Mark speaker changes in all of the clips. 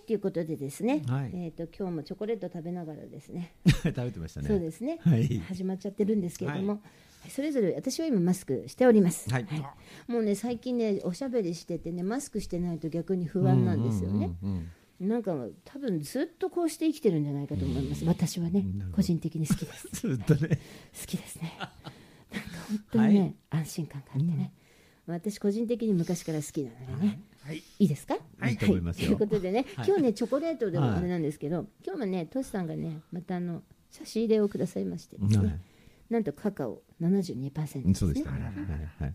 Speaker 1: っていうことでですね、
Speaker 2: はい
Speaker 1: えっ、と今日もチョコレート食べながらですね、
Speaker 2: 食べてましたね。
Speaker 1: そうですね、
Speaker 2: はい。
Speaker 1: 始まっちゃってるんですけれども、それぞれ私は今マスクしております、
Speaker 2: はい
Speaker 1: もうね最近ねおしゃべりしててねマスクしてないと逆に不安なんですよね、
Speaker 2: うんうんうん
Speaker 1: なんか多分ずっとこうして生きてるんじゃないかと思います、私はね
Speaker 2: なるほど
Speaker 1: 個人的に好きです
Speaker 2: ずっとね。
Speaker 1: 好きですねなんか本当にね、安心感があってね、私個人的に昔から好きなのでね、い
Speaker 2: はい。
Speaker 1: いですか
Speaker 2: いいと思いますよ
Speaker 1: ということでね、
Speaker 2: はい
Speaker 1: 今日ねチョコレートでも
Speaker 2: はい
Speaker 1: あれなんですけど、今日もねトシさんがねまたあの差し入れをくださいましてですね、
Speaker 2: は
Speaker 1: なんとカカオ72%です
Speaker 2: い。
Speaker 1: ね
Speaker 2: そうでしたね。はいはい。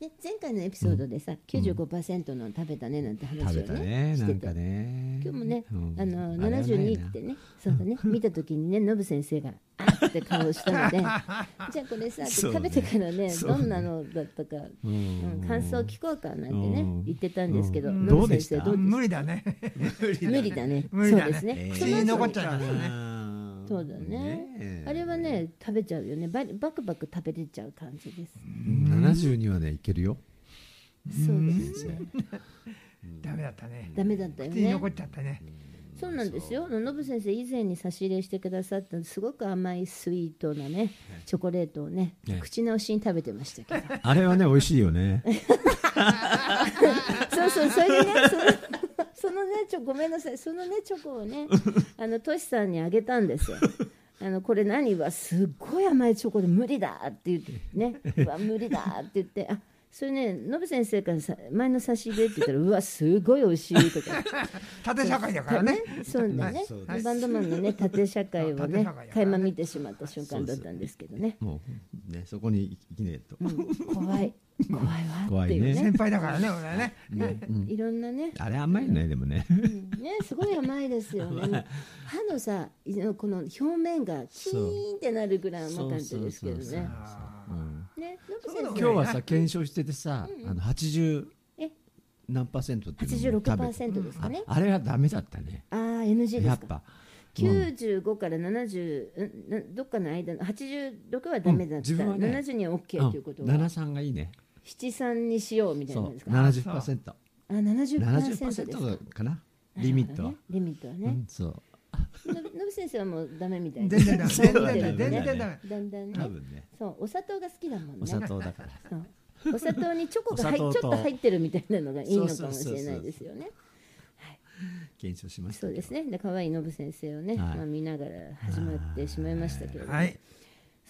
Speaker 1: で前回のエピソードでさ、95%の食べたねなんて
Speaker 2: 食
Speaker 1: 話
Speaker 2: べ
Speaker 1: を
Speaker 2: た
Speaker 1: ね
Speaker 2: ね。
Speaker 1: し
Speaker 2: な
Speaker 1: て
Speaker 2: ん
Speaker 1: て
Speaker 2: かね。
Speaker 1: 今日もね、
Speaker 2: うん
Speaker 1: あの
Speaker 2: れはない
Speaker 1: 72
Speaker 2: な
Speaker 1: ってねそうだね見た時にねノブ先生が「あっ!」って顔をしたのでじゃあこれさって
Speaker 2: そう
Speaker 1: 食
Speaker 2: ね
Speaker 1: べてからね
Speaker 2: そう
Speaker 1: ど
Speaker 2: ね
Speaker 1: んなのだったか、
Speaker 2: ん
Speaker 1: うん感想聞こうかなんて
Speaker 2: う
Speaker 1: ね
Speaker 2: ん
Speaker 1: 言ってたんですけど、
Speaker 2: うん
Speaker 1: ノ
Speaker 2: ど
Speaker 1: ブ
Speaker 2: うで
Speaker 1: 先
Speaker 2: し
Speaker 1: 生
Speaker 2: た
Speaker 1: どうです
Speaker 3: 無理だね。
Speaker 1: か無理だね
Speaker 3: 無理だ
Speaker 1: そ
Speaker 3: ね
Speaker 1: うですね、
Speaker 3: えー
Speaker 1: そ
Speaker 3: 血
Speaker 1: の後
Speaker 3: に
Speaker 1: に
Speaker 3: 残っちゃうんだよね
Speaker 2: ね
Speaker 1: そうだねあれは。ね食べちゃうよねバリバクバク食べれちゃう感じです、
Speaker 2: 七十にはねいけ るよ。
Speaker 1: そうですね
Speaker 3: ダメだったね。
Speaker 1: ダメだったよ
Speaker 3: 口に
Speaker 1: ね
Speaker 3: 残っちゃったね。
Speaker 1: そうなんですよ。ノブ先生以前に差し入れしてくださったすごく甘いスイートなねチョコレートをね
Speaker 2: ね
Speaker 1: 口直しに食べてましたけ ど。
Speaker 2: あれはね美味しい よね。
Speaker 1: そうそうそれでねその そのねチョごめんなさいそのねチョコを ねあのトシさんにあげたんですよ。あのこれ何はすっごい甘いチョコで無理だって言ってねうわ無理だって言ってあそれねノブ先生からさ前の差し入れって言ったらうわすごい美味しいとか。
Speaker 3: 縦社会だからね。
Speaker 1: そうだね、
Speaker 3: はい
Speaker 1: バンドマンのね縦社会を
Speaker 3: 縦
Speaker 1: ね
Speaker 3: 社会だからね
Speaker 1: 垣間見てしまった瞬間だったんですけどね
Speaker 2: もうねそこに行きねえと。
Speaker 1: 怖い怖いわっていう
Speaker 2: 怖
Speaker 1: ね
Speaker 2: いね
Speaker 3: 先輩だからね、俺はね。
Speaker 1: ねいろんなね,、
Speaker 2: あれ甘いよねでもね。
Speaker 1: うん、ねすごい甘いですよね歯のさいこの表面がキーンってなるぐらい甘かったですけど
Speaker 2: そうそうそう
Speaker 1: ね
Speaker 3: あー
Speaker 2: うん
Speaker 1: ねノ
Speaker 3: そう
Speaker 1: ブ
Speaker 3: だもん
Speaker 1: 先
Speaker 2: 今日はさ検証しててさあの八十
Speaker 1: え
Speaker 2: 何パーセントって
Speaker 1: 生
Speaker 2: いうのを食べて
Speaker 1: 86%ですかね
Speaker 2: ああれはダメだったね。
Speaker 1: ああ NG で
Speaker 2: や
Speaker 1: す
Speaker 2: っ
Speaker 1: か
Speaker 2: ぱ。
Speaker 1: 95から70、うんなどっかの間の86はダメだった、
Speaker 2: うん自分はね
Speaker 1: 72は OK ということは、
Speaker 2: 七三がいいね。
Speaker 1: 73にしようみたい
Speaker 2: そ
Speaker 1: なん
Speaker 2: う
Speaker 1: ですか
Speaker 2: 七十パーセント。
Speaker 1: あ70%
Speaker 2: 七十パーセン
Speaker 1: ですか
Speaker 2: トかな。リミットは
Speaker 1: ね。リミットは
Speaker 2: う
Speaker 1: ね
Speaker 2: ん。そう。
Speaker 1: のびのび先生はもうダメみたい
Speaker 3: 全
Speaker 1: な
Speaker 3: 然ダメ。全
Speaker 2: だね
Speaker 3: 然ダメ。全然ダメ。
Speaker 1: だんだん
Speaker 2: 多
Speaker 1: ね
Speaker 2: 分ね。
Speaker 1: そうお砂糖が好きだもん
Speaker 2: お砂
Speaker 1: ね
Speaker 2: 糖だから。
Speaker 1: そうお砂糖にチョコが入っちょ
Speaker 2: お
Speaker 1: っ
Speaker 2: 砂糖と
Speaker 1: と入ってるみたいなのがいいのか
Speaker 2: そ
Speaker 1: も
Speaker 2: うそ
Speaker 1: し
Speaker 2: うそうそう
Speaker 1: れないですよね
Speaker 2: 検証しまし
Speaker 1: そ
Speaker 2: たけど。
Speaker 1: うですねで可愛いのぶ先生をね、
Speaker 2: はい
Speaker 1: まあ、見ながら始まってしまいましたけれども、
Speaker 3: はい。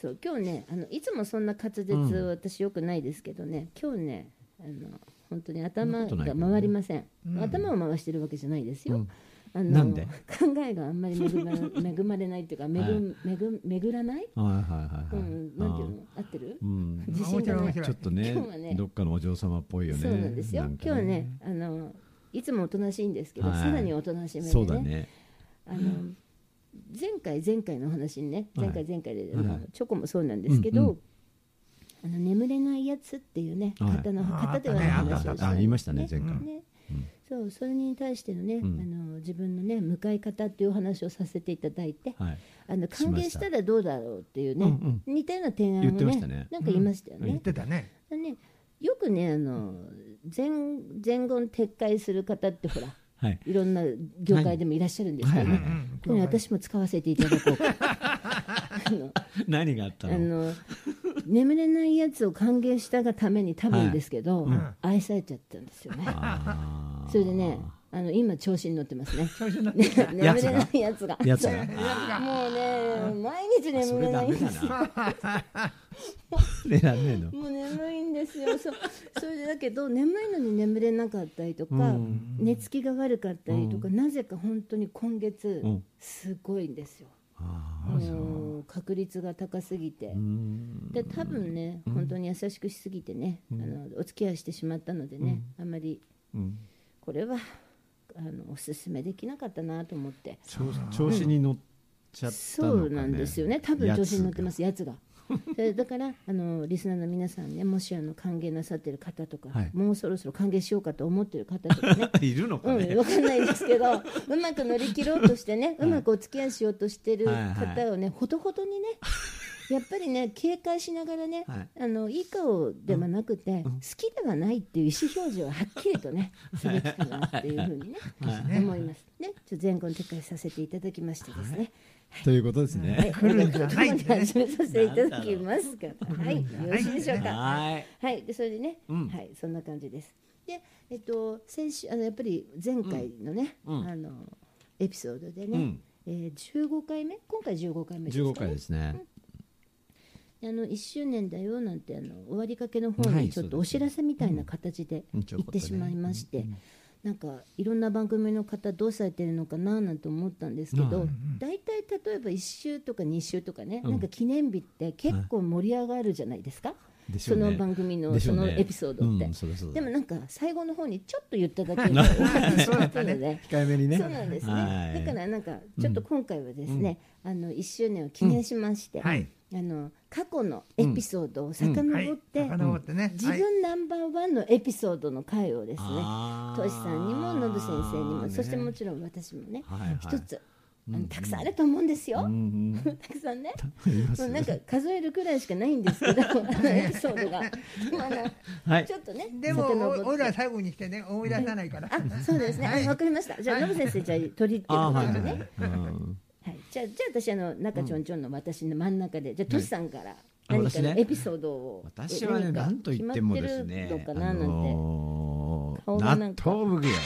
Speaker 1: そう今日ねあのいつもそんな滑舌
Speaker 2: うん
Speaker 1: 私よくないですけどね、今日ねあの本当に頭
Speaker 2: そんなことない
Speaker 1: が
Speaker 2: けどね
Speaker 1: 回りません、頭を回してるわけじゃないですよ、
Speaker 2: うん
Speaker 1: あの
Speaker 2: なんで
Speaker 1: 考えがあんまり恵 ま恵まれないっていうかめぐ、めぐ巡らない、
Speaker 2: はいはいは
Speaker 1: う
Speaker 2: いはい。
Speaker 1: ん、なんていうの合ってる
Speaker 2: あー。うん。
Speaker 1: 自信がな
Speaker 3: 面
Speaker 1: い
Speaker 3: 白
Speaker 2: ちょっとね
Speaker 1: 今日はね
Speaker 2: どっかのお嬢様っぽいよね。
Speaker 1: そうなんですよ、
Speaker 2: かね
Speaker 1: 今日はねあのいつもおとなしいんですけど、
Speaker 2: はい
Speaker 1: さらにおとなしめでね
Speaker 2: そうだね。
Speaker 1: あの前回前回の話にね
Speaker 2: はい
Speaker 1: 前回前回で、
Speaker 2: はい
Speaker 1: まあチョコもそうなんですけど、
Speaker 2: うんう
Speaker 1: あの眠れないやつっていうね
Speaker 2: はい
Speaker 1: 方の
Speaker 3: あ
Speaker 1: 方ではない
Speaker 3: あ
Speaker 1: 話
Speaker 3: っ
Speaker 1: を
Speaker 3: た
Speaker 1: したん
Speaker 3: ねあった
Speaker 1: です
Speaker 2: あ言いましたね前回
Speaker 1: ねそうそれに対してのね、
Speaker 2: ん
Speaker 1: あの自分のね向かい方っていうお話をさせていただいて、
Speaker 2: はい。
Speaker 1: あの
Speaker 2: し
Speaker 1: 歓
Speaker 2: ま
Speaker 1: 迎
Speaker 2: し
Speaker 1: したたらどうだろうっていうね、
Speaker 2: うん
Speaker 1: 似たような提案をね
Speaker 2: 言ってましたね
Speaker 1: なんか言いましたよね。
Speaker 3: 言ってたね。
Speaker 1: でねよくねあの前前言撤回する方ってほら
Speaker 2: はい。
Speaker 1: いろんな業界でもいらっしゃるんですけど、
Speaker 2: はい
Speaker 3: うんうん
Speaker 1: これ私も使わせていただ こうかあの
Speaker 2: 何があった
Speaker 1: あ
Speaker 2: の。
Speaker 1: の眠れないやつを歓迎したがために多分ですけど、
Speaker 3: ん
Speaker 1: 愛されちゃったんですよね
Speaker 2: あー
Speaker 1: それでねあの今調子に乗ってますね
Speaker 3: 調子に乗って。
Speaker 1: 眠れないやつが
Speaker 2: やつが
Speaker 1: そう
Speaker 3: が
Speaker 1: もうね毎日
Speaker 2: そ
Speaker 1: 眠
Speaker 2: れ
Speaker 1: れ
Speaker 2: ダ
Speaker 1: ないん
Speaker 2: メ
Speaker 1: ですよ
Speaker 2: だな。 それダメの。
Speaker 1: もう眠いんですよそうそれでだけど眠いのに眠れなかったりとか、
Speaker 2: うん
Speaker 1: 寝つきが悪かったりとか、なぜか本当に今月、
Speaker 2: うん
Speaker 1: すごいんですよ
Speaker 2: あ
Speaker 1: もう確率が高すぎて
Speaker 2: ーうー。ん。
Speaker 1: で多分ね、本当に優しくしすぎてね、あのお付き合いしてしまったのでね、あまり
Speaker 2: うん
Speaker 1: これはあのおすすめできなかったなと思って
Speaker 2: 調調子に乗っちゃった
Speaker 1: そ
Speaker 2: のかね
Speaker 1: うなんですよね多分調子に乗ってますやつがでだからあのリスナーの皆さんねもしあの歓迎なさってる方とか、
Speaker 2: はい
Speaker 1: もうそろそろ歓迎しようかと思ってる方とかね
Speaker 2: いるの
Speaker 1: う
Speaker 2: か
Speaker 1: ん、
Speaker 2: ね、
Speaker 1: 分かんないですけどうまく乗り切ろうとしてね、うまくお付き合いしようとしてる
Speaker 2: はいはい
Speaker 1: 方をねほどほどにねやっぱりね警戒しながらね、
Speaker 2: はい
Speaker 1: あのいい顔ではなくて、好きではないっていう意思表示をはっきりとねすべきかなっていうふうにね、思いますねちょっと前後に撤回させていただきましてですね、
Speaker 2: ということです
Speaker 1: は
Speaker 2: ね。
Speaker 1: い、
Speaker 3: 来るんじゃない
Speaker 1: ここまで始めさせていただきますからはいよろしいでしょうか
Speaker 2: はい。
Speaker 1: はい、でそれでね、
Speaker 2: ん
Speaker 1: はい、そんな感じです。で、えっと、先週、あの、やっぱり前回のね、
Speaker 2: ん
Speaker 1: あの、エピソードでね。
Speaker 2: うん
Speaker 1: えー15回目今回15回目ですかね
Speaker 2: 15回ですね。
Speaker 1: あの1周年だよなんてあの終わりかけの方
Speaker 2: は
Speaker 1: に
Speaker 2: い
Speaker 1: ちょっ
Speaker 2: そ
Speaker 1: と
Speaker 2: う
Speaker 1: お
Speaker 2: です
Speaker 1: 知
Speaker 2: ね
Speaker 1: らせみたいな形で
Speaker 2: うんちょ
Speaker 1: 行
Speaker 2: こ
Speaker 1: っ
Speaker 2: っとね
Speaker 1: てしまいまして、なんかいろんな番組の方どうされてるのかななんて思ったんですけ
Speaker 2: うんうん
Speaker 1: ど
Speaker 2: う
Speaker 1: 大体、例えば1週とか2週とかね、
Speaker 2: うん
Speaker 1: なんか記念日って結構盛り上がるじゃないですか、
Speaker 2: でしょ
Speaker 1: そう
Speaker 2: ね
Speaker 1: の番組の
Speaker 2: でし
Speaker 1: そ
Speaker 2: ょうね
Speaker 1: のエピソードって、
Speaker 2: うんそりゃそうだ
Speaker 1: でもなんか最後の方にちょっと言っただ けで終わってしまったので。
Speaker 2: 控えめにね。
Speaker 1: そうなんですね、
Speaker 2: はい
Speaker 1: だからなんかちょっと今回はですね、あの1周年を記念しまして、
Speaker 3: うんはい
Speaker 1: あの過去のエピソードを遡
Speaker 3: はい
Speaker 1: って、
Speaker 3: 遡ってね
Speaker 1: 自分ナンバーワンのエピソードの回をですね
Speaker 2: あー
Speaker 1: トシさんにもノブ先生にも、
Speaker 2: ね
Speaker 1: そしてもちろん私もね、
Speaker 2: はいはい
Speaker 1: 一つあのたくさんあると思うんですよ、たくさんね
Speaker 2: ります
Speaker 1: もうなんか数えるくらいしかないんです けどあのエピソード が今の
Speaker 2: はい
Speaker 1: ちょっとね
Speaker 3: でも
Speaker 1: 遡って
Speaker 3: お俺ら最後に来てね思い出さないから
Speaker 1: あそうですね、
Speaker 3: はい
Speaker 1: あわかりましたじゃあノブ先生じゃあ取りっていう
Speaker 2: あ
Speaker 1: こ
Speaker 2: ーはい
Speaker 1: と
Speaker 2: は
Speaker 1: で
Speaker 2: いは
Speaker 1: ね
Speaker 2: いうん
Speaker 1: はい、じゃあじゃあ私あの中ちょんちょんの私の真ん中でじゃあトシさんから
Speaker 2: あ
Speaker 1: 何か
Speaker 2: 私ね
Speaker 1: のエピソードを、
Speaker 2: 私はね、
Speaker 1: 何か
Speaker 2: なんと言ってもで
Speaker 1: 決
Speaker 2: す
Speaker 1: ま
Speaker 2: ね
Speaker 1: って、るのかな
Speaker 2: あ
Speaker 1: なんて、
Speaker 2: の
Speaker 1: 顔
Speaker 2: ー
Speaker 1: がなん
Speaker 2: 納
Speaker 1: か
Speaker 2: 豆奉行。
Speaker 3: あ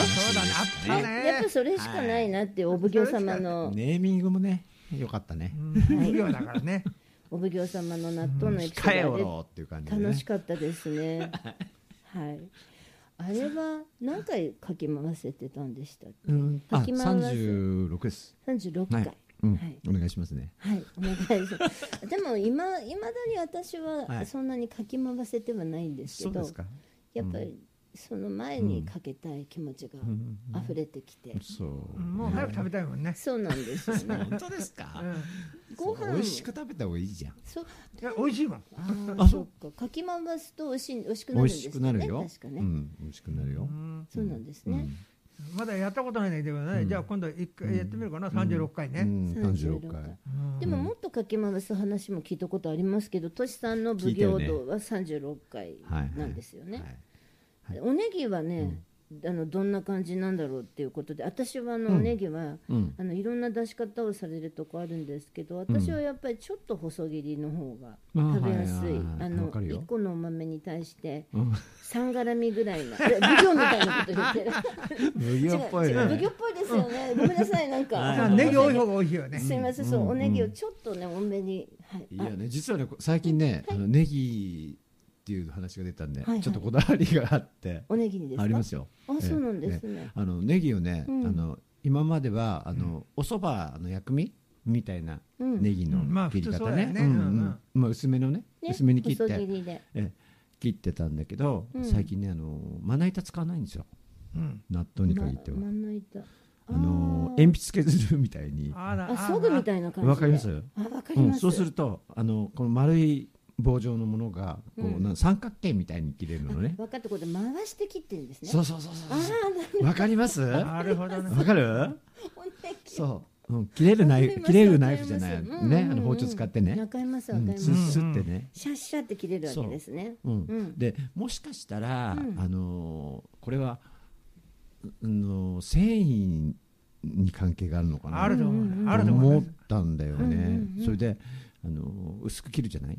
Speaker 3: あそうだねあった
Speaker 1: あ
Speaker 3: ね
Speaker 1: やっぱそれしかないなっていうお奉行様の、
Speaker 2: ネーミングもね、良かったね。
Speaker 3: 無料だからね
Speaker 1: お奉行様の納豆のエピソ
Speaker 2: 控え
Speaker 1: ー
Speaker 2: お
Speaker 1: ド
Speaker 2: ろうっていう感じ
Speaker 1: あ
Speaker 2: で
Speaker 1: れ
Speaker 2: ね。
Speaker 1: 楽しかったですねはいあれは何回かき回せてたんでしたっけ
Speaker 2: うんあ、
Speaker 1: かき回らせ
Speaker 2: 36です。
Speaker 1: 36
Speaker 2: は
Speaker 1: 回、
Speaker 2: い。うん
Speaker 1: はい
Speaker 2: お願いしますね。
Speaker 1: はい、お願いし ます。でも今いまだに私
Speaker 2: は
Speaker 1: はいそんなにかき回せてはないんですけ
Speaker 2: そう
Speaker 1: ど、
Speaker 2: ですか。
Speaker 1: やっぱりその前にかけたい気持ちが溢れてきて、
Speaker 2: そう。
Speaker 3: もう早く食べたいもんね
Speaker 1: そうなんですよね。
Speaker 2: 本当ですか。
Speaker 1: ご
Speaker 2: 美
Speaker 1: 飯
Speaker 2: 味しく食べた方がいいじゃん。
Speaker 1: そう
Speaker 3: いや美味しいもん
Speaker 1: あーそうかかき回すと美味しい美味しくな
Speaker 2: 美
Speaker 1: るんです
Speaker 2: 味し
Speaker 1: よ
Speaker 2: く
Speaker 1: ね。
Speaker 2: なるよ。
Speaker 1: 確かね、
Speaker 2: うん、美味しくなるよ。
Speaker 1: そうなんですね。
Speaker 3: まだやったことないんだけどねじゃあ今度一回やってみるかな36回
Speaker 2: う
Speaker 3: ね
Speaker 2: ん、
Speaker 1: 36
Speaker 2: 36回。
Speaker 1: でももっとかき回す話も聞いたことありますけど、としさんの奉行道は三十六回
Speaker 2: はい。
Speaker 1: なんですよね。
Speaker 2: はい
Speaker 1: でおネギはね、あのどんな感じなんだろうっていうことで私はあの、おネギは、
Speaker 2: うん
Speaker 1: あのいろんな出し方をされるとこあるんですけど私はやっぱりちょっと細切りの方が
Speaker 2: あ
Speaker 1: 食べやす
Speaker 2: はい
Speaker 1: い
Speaker 2: はいはい
Speaker 1: あ
Speaker 2: わ
Speaker 1: の
Speaker 2: かるよ
Speaker 1: 1個のお豆に対して
Speaker 2: ん
Speaker 1: 3絡みぐらいないや奉行みたいなこと言 ってる
Speaker 2: 無
Speaker 1: 違う
Speaker 2: 料っぽい
Speaker 1: 違う奉行
Speaker 2: ね。
Speaker 1: っぽいですよねごめんなさいなん
Speaker 3: まあ
Speaker 1: か
Speaker 3: ネギ多い方が美味しいよね
Speaker 1: すいませんそうおネギをちょっとね多めにはい
Speaker 2: い
Speaker 1: あ
Speaker 2: やね、実はね、最近ね、あのネギっていう話が出たんで
Speaker 1: はいはい、
Speaker 2: ちょっとこだわりがあって。
Speaker 1: おネギにですか
Speaker 2: ありますよ。
Speaker 1: あそうなんです
Speaker 2: ええ
Speaker 1: ね
Speaker 2: あのネギをね、
Speaker 1: うん
Speaker 2: あの今まではあのお蕎麦の薬味みたいな
Speaker 1: うん
Speaker 2: ネギの
Speaker 3: うんまあ
Speaker 2: 切り
Speaker 3: 普通そ
Speaker 2: 方
Speaker 3: うだよ
Speaker 2: ね。
Speaker 3: ね
Speaker 2: うんうん
Speaker 3: うんうん
Speaker 2: まあ薄めのね、
Speaker 1: ね
Speaker 2: 薄めに切って、
Speaker 1: 細切りで
Speaker 2: ええ切ってたんだけど、
Speaker 1: うん
Speaker 2: 最近ねあのまな板使わないんですよ。
Speaker 3: うん
Speaker 2: 納豆に限っては。
Speaker 1: ままな板
Speaker 2: あの
Speaker 1: ー
Speaker 2: 鉛筆削るみたいに。
Speaker 3: あら
Speaker 1: あそぐみたいな感じで
Speaker 2: わかります
Speaker 1: あわかり
Speaker 2: う
Speaker 1: ま
Speaker 2: ん、
Speaker 1: す
Speaker 2: そうするとあのこの丸い棒状のものがこう、
Speaker 1: うん
Speaker 2: なん三角形みたいに切れるのね。
Speaker 1: 分かったことで回して切ってるんですね
Speaker 2: そうそうそう
Speaker 1: ああ
Speaker 2: そう。わかります？わ
Speaker 3: なるほどね
Speaker 2: かる？
Speaker 1: おねぎ
Speaker 2: そう、うん、切れるナイ
Speaker 1: わかり
Speaker 2: フ
Speaker 1: ます
Speaker 2: 切れるナイフじゃない、
Speaker 1: わかります
Speaker 2: ね
Speaker 1: うんうん
Speaker 2: あ
Speaker 1: うん
Speaker 2: の包丁使って
Speaker 1: わ
Speaker 2: ね、
Speaker 1: かります
Speaker 2: う
Speaker 1: わかり
Speaker 2: ん、
Speaker 1: ます、
Speaker 2: スッスッてね、
Speaker 1: シャッシャって切れるわけですね
Speaker 2: うん
Speaker 1: うん
Speaker 2: でもしかしたら、
Speaker 1: うん
Speaker 2: あのーこれはあのー繊維に関係があるのかな
Speaker 3: あると思う
Speaker 1: うんうんう
Speaker 3: ね
Speaker 1: ん
Speaker 3: あると思う
Speaker 2: 思
Speaker 3: ね
Speaker 2: ったんだよね、それで、あのー薄く切るじゃない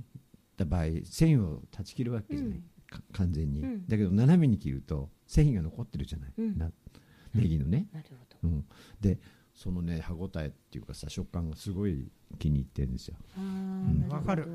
Speaker 2: だ場合繊維を断ち切るわけじゃな
Speaker 1: う
Speaker 2: い、
Speaker 1: ん
Speaker 2: か完全に、
Speaker 1: うん
Speaker 2: だけど斜めに切ると繊維が残ってるじゃない、
Speaker 1: うん
Speaker 2: なネギのね、
Speaker 1: なるほど
Speaker 2: うん、でそのね歯ごたえっていうかさ食感がすごい気に入ってるんですよ
Speaker 1: あーなほど
Speaker 3: わかる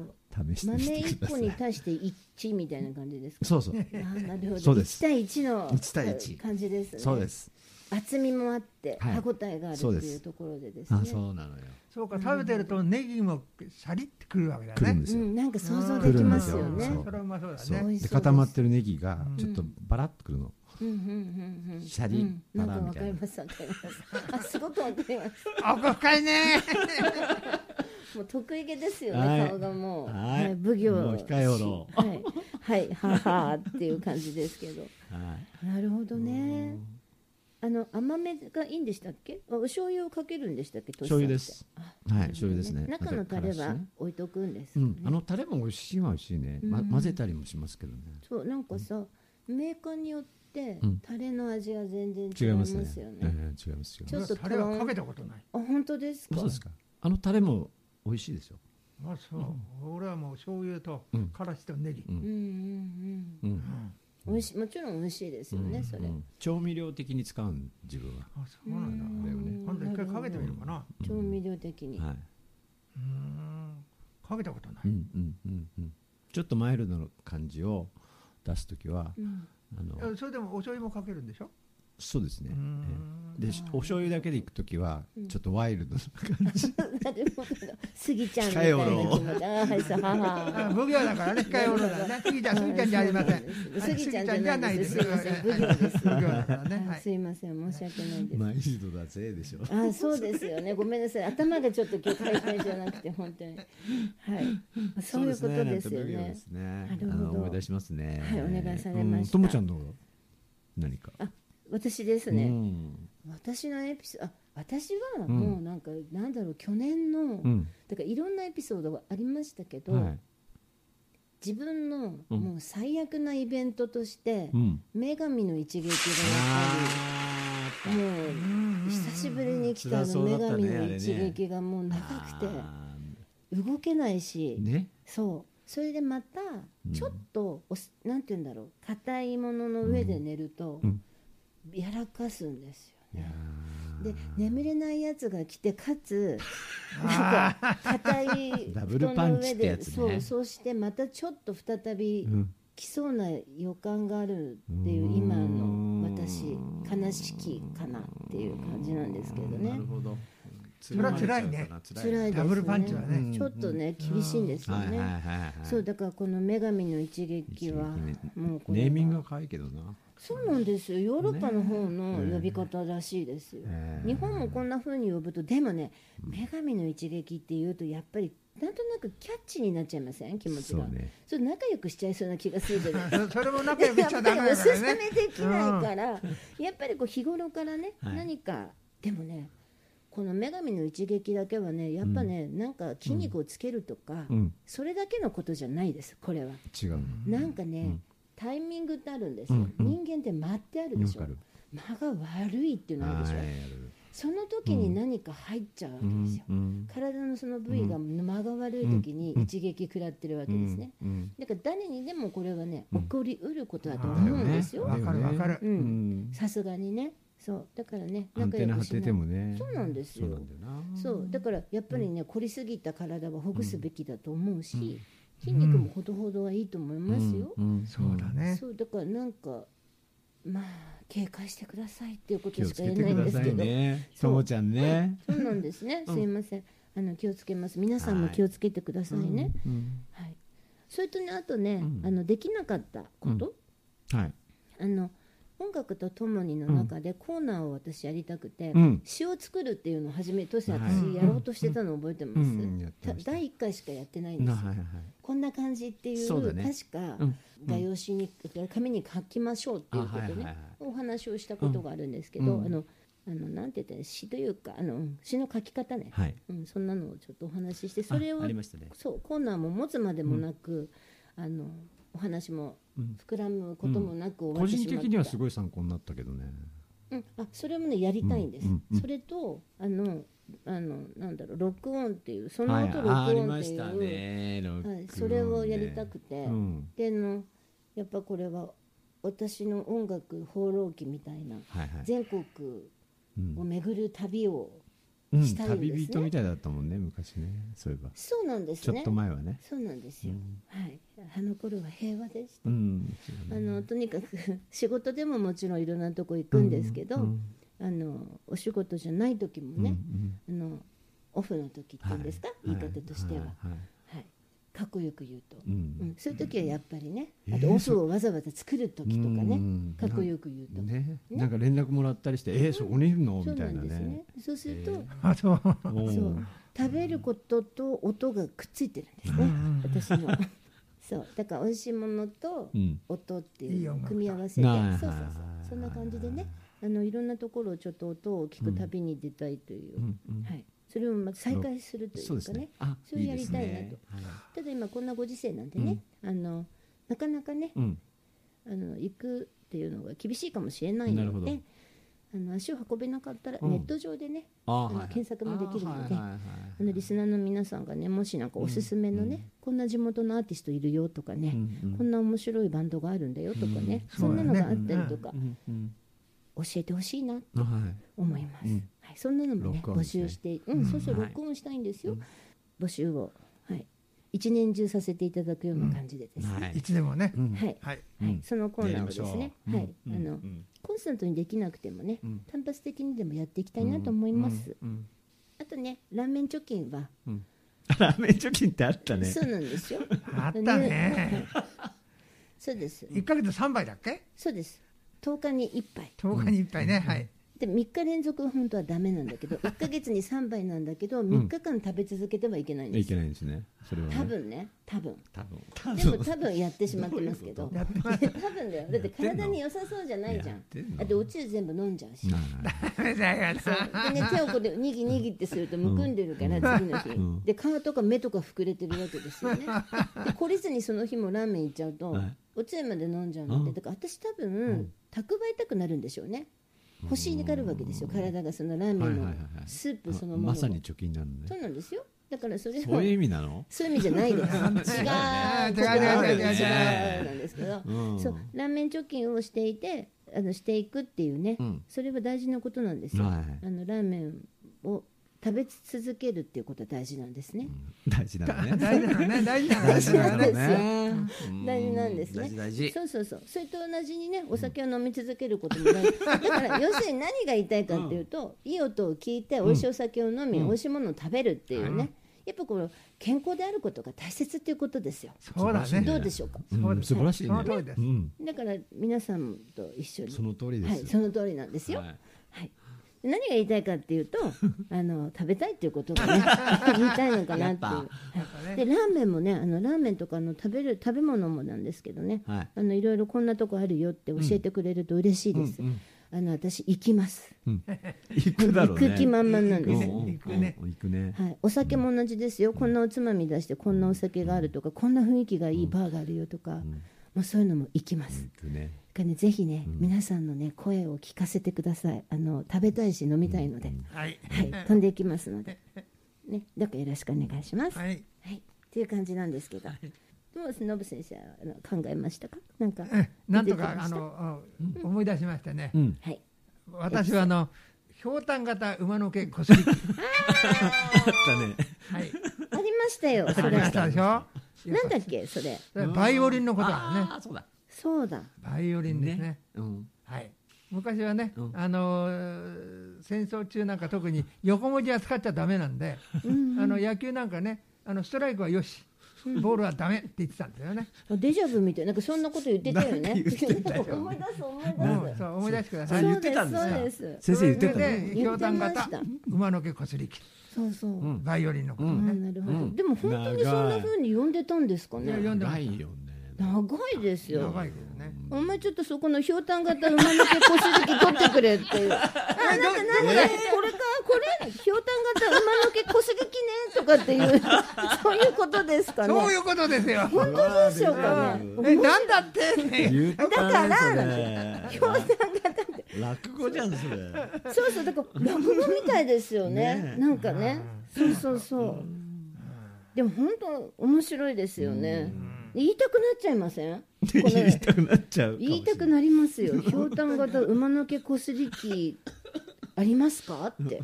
Speaker 2: 試して
Speaker 1: 豆
Speaker 2: みて
Speaker 1: 一
Speaker 2: くださ
Speaker 1: 個に
Speaker 2: い
Speaker 1: 対して一みたいな感じですか
Speaker 2: そうそう
Speaker 1: あーなるほど
Speaker 2: そうです
Speaker 1: 1対1の
Speaker 2: 一対一
Speaker 1: 感じですね
Speaker 2: そうです
Speaker 1: 厚みもあって
Speaker 2: はい
Speaker 1: 歯ごたえがあるって
Speaker 2: そうで
Speaker 1: いう
Speaker 2: す
Speaker 1: ところでですね
Speaker 2: あそうなのよ
Speaker 3: そうか食べてるとネギもシャリってくるわけだ
Speaker 2: 来るん
Speaker 3: ね
Speaker 2: ですよ、
Speaker 1: ん、なんか想像
Speaker 3: うん
Speaker 1: できますよ
Speaker 2: 来るんです
Speaker 1: ね
Speaker 2: よ
Speaker 3: それはうまそうだ
Speaker 2: そ
Speaker 3: ね
Speaker 1: 美味
Speaker 2: う
Speaker 1: しそうで
Speaker 2: です固まってるネギが
Speaker 3: うん
Speaker 2: ちょっとバラっとくるの、
Speaker 1: うんうんうんうん
Speaker 2: シャリ
Speaker 1: うんなんか
Speaker 2: バラ
Speaker 1: わか
Speaker 2: みたいな
Speaker 1: りますわかりますあすごくわかります
Speaker 3: 奥深いね
Speaker 1: もう得意げですよね、
Speaker 2: はい
Speaker 1: 顔がもう、
Speaker 2: はい
Speaker 1: 奉行
Speaker 2: もう控えおろ
Speaker 1: うはい、はい、ははーっていう感じですけど
Speaker 2: はい
Speaker 1: なるほどねあの甘めがいいんでしたっけ？おお醤油をかけるんでしたっけ？トシさんっ
Speaker 2: 醤
Speaker 1: て
Speaker 2: 油です。はい、醤油ですね。
Speaker 1: 中のタレ
Speaker 2: あとから
Speaker 1: は
Speaker 2: しね
Speaker 1: 置いとくんです
Speaker 2: う
Speaker 1: よね、
Speaker 2: ん、あのタレも美味しいは美味しいね、ま、
Speaker 1: うん
Speaker 2: 混ぜたりもしますけどね。
Speaker 1: そうなんかさ、メーカーによって
Speaker 2: うん
Speaker 1: タレの味が全然
Speaker 2: 違
Speaker 1: 違
Speaker 2: い
Speaker 1: いま
Speaker 2: ますす
Speaker 1: よ
Speaker 2: ね
Speaker 1: ね。。
Speaker 2: ええ違います。違い
Speaker 1: ちょ
Speaker 2: ま
Speaker 1: っ
Speaker 2: す。
Speaker 1: と
Speaker 3: タレはかけたことない
Speaker 1: あ本当ですか？
Speaker 2: そうですか。あのタレも美味しいですよ。
Speaker 3: あそう、俺はもう醤油と
Speaker 2: うん
Speaker 3: からしとネギ、
Speaker 2: うん
Speaker 1: うんうんうん。
Speaker 2: うん。
Speaker 3: うん
Speaker 1: 美味しいもちろん美味しいですよね、
Speaker 2: うん
Speaker 1: それ、
Speaker 2: うん調味料的に使うん自分は。
Speaker 3: あそうなんだ、
Speaker 1: うん
Speaker 3: 今度一回かけてみるかな
Speaker 1: 調味料的に、
Speaker 2: はい。
Speaker 3: うんかけたことな
Speaker 2: う
Speaker 3: い、
Speaker 2: んうんうんうん。ちょっとマイルドな感じを出すときは、
Speaker 1: うん
Speaker 2: あの
Speaker 3: えそれでもお醤油もかけるんでしょ、
Speaker 2: そうですね。
Speaker 3: う
Speaker 2: ええ
Speaker 3: ん
Speaker 2: でしお醤油だけでいくときは
Speaker 1: うん
Speaker 2: ちょっとワイルドな感じ、
Speaker 1: なるほどスギちゃんみたいな気持ちああはいそうは
Speaker 3: あ
Speaker 1: は
Speaker 3: 奉行だからね、控えおるだね、杉ちゃん、杉ちゃんじゃありませ
Speaker 1: ス
Speaker 3: ん。
Speaker 1: ギちゃんじゃないですすいません
Speaker 3: は
Speaker 1: 奉
Speaker 3: い
Speaker 1: 行です
Speaker 3: 奉行だからね、は
Speaker 1: あ
Speaker 3: い
Speaker 1: すいません申し訳ないです、
Speaker 2: マイルドだぜでしょ
Speaker 1: あそうですよねごめんなさい頭がちょっと今日開会じゃなくて本当にはい そういうことですよ
Speaker 2: なんか
Speaker 1: ね
Speaker 2: ですね
Speaker 1: なるほど
Speaker 2: あの思い出しますね
Speaker 1: はいお願いされました
Speaker 2: うんともちゃんどうぞ何か
Speaker 1: あ私です
Speaker 2: う
Speaker 1: ね、
Speaker 2: ん
Speaker 1: 私のエピソードあ私は
Speaker 2: うん
Speaker 1: もうなんか、なんだろう去年の、
Speaker 2: うん
Speaker 1: だからいろんなエピソードがありましたけど、
Speaker 2: はい
Speaker 1: 自分の
Speaker 2: うん
Speaker 1: もう最悪なイベントとして、
Speaker 2: うん
Speaker 1: 女神の一撃がやっ
Speaker 2: あ
Speaker 1: ぱりもう久しぶりに来たあの
Speaker 2: 辛そう
Speaker 1: 女
Speaker 2: だったね
Speaker 1: 神
Speaker 2: あれ
Speaker 1: の
Speaker 2: ね
Speaker 1: 一撃がもう長くて
Speaker 2: あ
Speaker 1: 動けない
Speaker 2: ー
Speaker 1: し、
Speaker 2: ね
Speaker 1: そうそれでまた
Speaker 2: うん
Speaker 1: ちょっとおす、なんて言うんだろう硬いものの上で寝ると
Speaker 2: うん
Speaker 1: やらかすんですよ。
Speaker 2: いやー
Speaker 1: で眠れないやつが来てかつ
Speaker 3: あ
Speaker 1: 硬い
Speaker 2: ダ
Speaker 1: 布
Speaker 2: ブル
Speaker 1: 団
Speaker 2: パ
Speaker 1: の
Speaker 2: ンチ
Speaker 1: 上
Speaker 2: って
Speaker 1: で、
Speaker 2: やつね
Speaker 1: そうそうしてまたちょっと再び
Speaker 2: うん
Speaker 1: 来そうな予感があるっていう今の私悲しきかなっていう感じなんですけどね
Speaker 2: なるほどそ
Speaker 3: れは辛いね
Speaker 1: 辛いですね
Speaker 3: ダブルパンチはね
Speaker 1: ちょっとね厳しいんですよ
Speaker 2: はいはいはい
Speaker 1: ね
Speaker 2: はい
Speaker 1: そうだからこの「女神の一撃」は
Speaker 2: 一撃
Speaker 1: もうこれ
Speaker 2: ネ
Speaker 1: は
Speaker 2: ーミングが可愛いけどな
Speaker 1: そうなんですよヨーロッパの方の呼び方らしいですよ
Speaker 2: ええ
Speaker 1: 日本もこんな風に呼ぶとでもね「女神の一撃」っていうとやっぱりなんとなくキャッチになっちゃいません気持ち
Speaker 2: そ
Speaker 1: が
Speaker 2: うね
Speaker 1: そう仲良くしちゃいそうな気がするじゃ ない
Speaker 3: ーそれも仲
Speaker 1: や
Speaker 3: 良
Speaker 1: っ
Speaker 3: くしちゃダ
Speaker 1: ぱり
Speaker 3: メ
Speaker 1: お
Speaker 3: だ
Speaker 1: す
Speaker 3: から
Speaker 1: す
Speaker 3: ね。
Speaker 1: めできないから、やっぱりこう日頃からね、
Speaker 2: はい
Speaker 1: 何かでもねこの「女神の一撃」だけはねやっぱね、なんか筋肉をつけるとか、
Speaker 2: うん
Speaker 1: それだけのことじゃないですこれは、
Speaker 2: 違うの
Speaker 1: なんかね、タイミングってあるんですよ、
Speaker 2: うんうん
Speaker 1: 人間って間ってあるでしょ
Speaker 2: わかる
Speaker 1: 間が悪いっていうのあるでしょ
Speaker 2: はいある
Speaker 1: その時に何か入っちゃうわけですよ、
Speaker 2: うん
Speaker 1: 体のその部位が間が悪い時に一撃食らってるわけ
Speaker 2: うん
Speaker 1: ですね、
Speaker 2: うん
Speaker 1: だから誰にでもこれはね、
Speaker 2: うん
Speaker 1: 起こりうることだと思うんですよ
Speaker 2: だよね
Speaker 3: わかるわかる。
Speaker 1: う
Speaker 2: うんん
Speaker 1: さすがにねそうだからね
Speaker 2: アンテナ張っててもね
Speaker 1: そうなんですよ
Speaker 2: そうなんだよな
Speaker 1: そうだからやっぱりね凝りすぎた体はほぐすべきだと思うし、筋肉もほどほどはいいと思いますよ、
Speaker 2: うんん
Speaker 3: そうだね。
Speaker 1: そうだからなんかまあ警戒してくださいっていうこと
Speaker 2: 気を
Speaker 1: し
Speaker 2: つ
Speaker 1: か言
Speaker 2: け
Speaker 1: え
Speaker 2: て
Speaker 1: ない
Speaker 2: く
Speaker 1: んで
Speaker 2: だ
Speaker 1: す
Speaker 2: さ
Speaker 1: け
Speaker 2: い
Speaker 1: ど、
Speaker 2: ね
Speaker 1: そう
Speaker 2: ともちゃんね
Speaker 1: そうなんですね
Speaker 2: うん
Speaker 1: すいませんあの気をつけます皆さんも気をつけてくださいね
Speaker 2: うん
Speaker 1: はい、それとねあとね、
Speaker 2: うん
Speaker 1: あのできなかったこと、
Speaker 2: はい
Speaker 1: あの音楽とともにの中でコーナーを私やりたくて、
Speaker 2: うん
Speaker 1: 詩を作るっていうのを初めとして
Speaker 2: はい
Speaker 1: 私やろうとしてたの覚えてます、
Speaker 2: うんやって
Speaker 1: た
Speaker 2: ました
Speaker 1: 第1回しかやってないんで
Speaker 2: な
Speaker 1: すよ
Speaker 2: はいはい
Speaker 1: こんな感じっていう
Speaker 2: そうだね
Speaker 1: 確か
Speaker 2: うん
Speaker 1: 画用紙に紙に書きましょうっていうことね、
Speaker 2: あはいはいはい
Speaker 1: お話をしたことがあるんですけど、
Speaker 2: うん
Speaker 1: あのあのなんて言ったらいい詩というかあの詩の書き方ね、
Speaker 2: はい
Speaker 1: うん、そんなのをちょっとお話ししてそれを
Speaker 2: あありましたね
Speaker 1: そうコーナーも持つまでもなく、あのお話も
Speaker 2: うん
Speaker 1: 膨らむこともなく終わ
Speaker 2: 個
Speaker 1: ってしま
Speaker 2: 人
Speaker 1: った、
Speaker 2: 的にはすごい参考になったけどね
Speaker 1: うん、あそれもねやりたいんです、
Speaker 2: うんうんうん
Speaker 1: それとあのあのなんだろう録音っていうその
Speaker 2: はい
Speaker 1: 音録
Speaker 2: ああり
Speaker 1: 音っ
Speaker 2: ま
Speaker 1: てい
Speaker 2: した
Speaker 1: う、
Speaker 2: ねロックオン
Speaker 1: は
Speaker 2: ね
Speaker 1: い、それをやりたくて、
Speaker 2: うん
Speaker 1: であのやっぱこれは私の音楽放浪記みたいな
Speaker 2: はいはい
Speaker 1: 全国
Speaker 2: うん
Speaker 1: を巡る旅を、
Speaker 2: うん
Speaker 1: したいんですね
Speaker 2: 旅人みたいだったもんね昔ねそういえば
Speaker 1: そうなんです
Speaker 2: ちょ
Speaker 1: ね
Speaker 2: っと前はね
Speaker 1: そうなんですよ、
Speaker 2: うん
Speaker 1: はいあの頃は平和でし
Speaker 2: うん
Speaker 1: た、あのとにかく 仕事でももちろんいろんなとこ行くんですけど、
Speaker 2: うん
Speaker 1: あのお仕事じゃない時も
Speaker 2: うん
Speaker 1: ね、
Speaker 2: うん
Speaker 1: あのオフの時っていうんですか、
Speaker 2: は
Speaker 1: 言い方としては、はい
Speaker 2: いい
Speaker 1: かっこよく言うと、
Speaker 2: う
Speaker 1: うんん、そういう時はやっぱりね、
Speaker 2: うん
Speaker 1: あとオフをわざわざ作る時とかね、
Speaker 2: うん
Speaker 1: かっこよく言うと、
Speaker 2: ねなんか連絡もらったりして「えーそこにいるの?」
Speaker 1: そう
Speaker 2: みた
Speaker 1: ない
Speaker 2: なん
Speaker 1: ですね
Speaker 2: ね
Speaker 1: そうすると、
Speaker 3: あ、そう。
Speaker 2: お
Speaker 1: そ
Speaker 2: ー
Speaker 1: う食べることと音がくっついてるんですね、私の そうだから美味しいものと
Speaker 2: うん
Speaker 1: 音って
Speaker 3: い
Speaker 1: い
Speaker 3: いう音楽だ
Speaker 1: 組み合わせで
Speaker 2: はいはいはい
Speaker 1: そうそうそうそんな感じでねあのいろんなところをちょっと音を聞く旅に出たいという、
Speaker 2: うんうん
Speaker 1: はい、それをまあ再開するとい
Speaker 2: そうで
Speaker 1: う
Speaker 2: す
Speaker 1: か
Speaker 2: ね
Speaker 1: ね。
Speaker 2: あ
Speaker 1: それをやりたいなと
Speaker 2: ですねはい
Speaker 1: ただ今こんなご時世なんでね、あのなかなかね
Speaker 2: うん
Speaker 1: あの行くっていうのが厳しいかもしれない
Speaker 2: なるほ
Speaker 1: の
Speaker 2: ど
Speaker 1: であの足を運べなかったら
Speaker 2: うん
Speaker 1: ネット上でね、
Speaker 2: あ
Speaker 1: あの
Speaker 2: はい
Speaker 1: 検索もできるので
Speaker 2: あはいはいはい
Speaker 1: あのリスナーの皆さんがねもしなんかおすすめのね、こんな地元のアーティストいるよとかね、
Speaker 2: うんうん
Speaker 1: こんな面白いバンドがあるんだよとかね、
Speaker 3: うん
Speaker 1: そんなのがあったりとか、
Speaker 2: うんうん
Speaker 1: 教えてほしいなと
Speaker 2: はい
Speaker 1: 思います、
Speaker 2: うん
Speaker 1: はい、そんなのもね
Speaker 2: 録音
Speaker 1: 募
Speaker 2: して
Speaker 1: 集して、うんそうそう
Speaker 2: はい
Speaker 1: 録音したいんですよ、募集を、はい、一年中させていただくような感じでですね、
Speaker 2: はい
Speaker 3: いつでもね、
Speaker 2: うん
Speaker 1: はい、
Speaker 3: はい、
Speaker 2: うん
Speaker 1: はい、そのコーナーをですね、
Speaker 2: や
Speaker 1: はい、
Speaker 2: りましょう
Speaker 1: あ
Speaker 2: うん
Speaker 1: の、
Speaker 2: うん
Speaker 1: コンスタントにできなくてもね、
Speaker 2: うん
Speaker 1: 単発的にでもやっていきたいなと思います。
Speaker 2: うんうん
Speaker 1: あとね、ラーメン貯金は、
Speaker 2: うんあラーメン貯金ってあったね
Speaker 1: そうなんです よ。
Speaker 3: あったね
Speaker 1: そうです。
Speaker 3: 一ヶ月三杯だっけ
Speaker 1: そうです。10日に1杯。
Speaker 3: 十日に一杯ね、はい
Speaker 1: で3日連続は本当はダメなんだけど1ヶ月に3杯なんだけど3日間食べ続けてはいけないんで
Speaker 2: い
Speaker 1: す
Speaker 2: け
Speaker 1: よ、
Speaker 2: ないですねそれはね
Speaker 1: 多分ね多分
Speaker 2: 多分多
Speaker 1: でも多分やってしまってますけど
Speaker 2: ど
Speaker 1: いや多分だよだって体に良さそうじゃないじゃ
Speaker 2: やっ
Speaker 1: ん
Speaker 2: てんの
Speaker 1: だっておつゆ全部飲んじゃうし
Speaker 3: ダメだよな
Speaker 1: でね、手をこうでにぎにぎってするとむくんでるから、次の日、
Speaker 2: ん
Speaker 1: で顔とか目とか膨れてるわけです よねで懲りずにその日もラーメンいっちゃうと、
Speaker 2: はい
Speaker 1: おつゆまで飲んじゃうので、
Speaker 2: うん
Speaker 1: だから私多分、蓄えたくなるんでしょうね欲しがるわけですよ体がそのラーメ
Speaker 2: はい
Speaker 1: ン
Speaker 2: は
Speaker 1: の
Speaker 2: いはいはい
Speaker 1: スープその
Speaker 2: あ
Speaker 1: ものを
Speaker 2: まさに貯金なの
Speaker 1: そう
Speaker 2: ね
Speaker 1: なんですよだからそれを
Speaker 2: そういう意味なの
Speaker 1: そういう意味じゃないです。違う、
Speaker 3: 違う違う違う
Speaker 1: 違
Speaker 3: 違う
Speaker 1: うなんですけど、
Speaker 2: うん
Speaker 1: そうラーメン貯金をしていて、あのしていくっていうね、
Speaker 2: うん
Speaker 1: それは大事なことなんですよ。
Speaker 2: はいはい
Speaker 1: あのラーメンを食べ続けるっていうことは大事なんですね。
Speaker 2: 大事なの ね
Speaker 3: 大事なのね大事なの
Speaker 2: 大事な
Speaker 3: ね
Speaker 2: のねうん
Speaker 1: 大事なんですね。
Speaker 2: 大事大事
Speaker 1: そうそうそう。それと同じにね、お酒を飲み続けることも大事。だから要するに何が言いたいかっていうと、いい音を聞いて美味しいお酒を飲み、美味しいものを食べるっていうね。やっぱこの健康であることが大切っていうことですよ。
Speaker 3: そうだね
Speaker 1: どうでしょうか。
Speaker 2: うん
Speaker 3: そうです
Speaker 2: 素晴らしいね
Speaker 3: その通りです
Speaker 2: うん
Speaker 1: だから皆さんと一緒に
Speaker 2: その通り
Speaker 1: はい、
Speaker 2: です
Speaker 1: その通りなんですよ、
Speaker 2: は
Speaker 1: はいい何が言いたいかって いうとあの食べたいっていうことがね言いたいのかなっていう、
Speaker 2: やっ
Speaker 1: はい、でラーメンもねあのラーメンとかの食べる食べ物もなんですけどね、
Speaker 2: はい
Speaker 1: あのいろいろこんなとこあるよって教えてくれると嬉しいです、あの私行きます、
Speaker 2: 行くだろ
Speaker 1: 行
Speaker 2: うね
Speaker 1: く気満々なん
Speaker 2: う
Speaker 1: で
Speaker 2: ん
Speaker 1: す、
Speaker 2: うん
Speaker 3: 行くね
Speaker 2: うん行くね
Speaker 1: はい、お酒も同じですよ、こんなおつまみ出してこんなお酒があるとかこんな雰囲気がいいバーがあるよとか、もうそういうのも行きます、
Speaker 2: 行くね
Speaker 1: だからね、ぜひね、皆さんのね声を聞かせてくださいあの食べたいし飲みたいので、
Speaker 3: はい
Speaker 1: はい、飛んでいきますので、ね、どうかよろしくお願いします。はい、
Speaker 3: はい
Speaker 1: っていう感じなんですけど、どうですノブ先生はあの考えましたか？なんか
Speaker 3: えなん
Speaker 1: 出て
Speaker 3: とか
Speaker 1: きま
Speaker 3: あ
Speaker 1: した
Speaker 3: のあ思い出しましたね
Speaker 2: うん
Speaker 1: はい、
Speaker 3: 私はあのひょうたん型馬の毛こすり器
Speaker 2: あったね
Speaker 3: はい
Speaker 1: ありましたよ。それ
Speaker 3: ありま
Speaker 1: な
Speaker 3: し
Speaker 1: んだ
Speaker 3: たでしょ
Speaker 1: っけそれ？
Speaker 3: それバイオリンのことだね
Speaker 2: あそうだ
Speaker 1: そうだ。
Speaker 3: バイオリンですね
Speaker 2: うん
Speaker 3: はい昔はね、
Speaker 2: うん
Speaker 3: あのー戦争中なんか特に横文字は使っちゃだめなんで、
Speaker 1: うん
Speaker 3: あの野球なんかねあのストライクはよし、ボールはだめって言ってたんだよね、
Speaker 1: あデジャブみたいななんかそんなこと言ってたよね。
Speaker 2: なんか言って たよね
Speaker 1: 思い出す思い出
Speaker 3: うん
Speaker 1: す。
Speaker 3: そう思い出してくだ
Speaker 2: そ
Speaker 3: さ
Speaker 2: う
Speaker 3: い
Speaker 2: 言ってたんです
Speaker 1: そう
Speaker 2: ね
Speaker 1: ですそうです
Speaker 2: 先生言って
Speaker 3: そ
Speaker 2: た
Speaker 3: れ
Speaker 2: ね
Speaker 3: でひょうたん
Speaker 1: 言ってま
Speaker 3: 型
Speaker 1: した
Speaker 3: 馬の毛こすり器
Speaker 1: そうそう。
Speaker 2: ん
Speaker 3: バイオリンのこと
Speaker 1: あ
Speaker 3: ね、
Speaker 1: なるほど、
Speaker 2: うん
Speaker 1: でも本当にそんな風に呼んでたんですか
Speaker 3: いや
Speaker 1: ね
Speaker 3: 読んでま
Speaker 2: な
Speaker 3: し
Speaker 2: いよね
Speaker 1: 長いです
Speaker 3: た
Speaker 1: よ
Speaker 3: 長いけどね
Speaker 1: お前ちょっとそこのひょうたん型馬の毛こすり器取ってくれっていうあ なんかなんだこれかこれひょうたん型馬の毛こすり器ねとかって いうそういうことですかね
Speaker 3: そういうことですよ
Speaker 1: 本当でしょうかね
Speaker 3: えなんだってね
Speaker 2: 言った
Speaker 1: だ
Speaker 2: ね
Speaker 1: から
Speaker 2: それ落語じゃんそれ
Speaker 1: そうそうだから落語みたいですよね
Speaker 2: ねえ
Speaker 1: なんかねそうそうそうでも本当面白いですよね言いたくなっちゃいません こ
Speaker 2: 言
Speaker 1: の
Speaker 2: いたくなっちゃうかもしれ
Speaker 1: 言いたくなりますよ。ひょうたん型馬の毛こすり器ありますかって。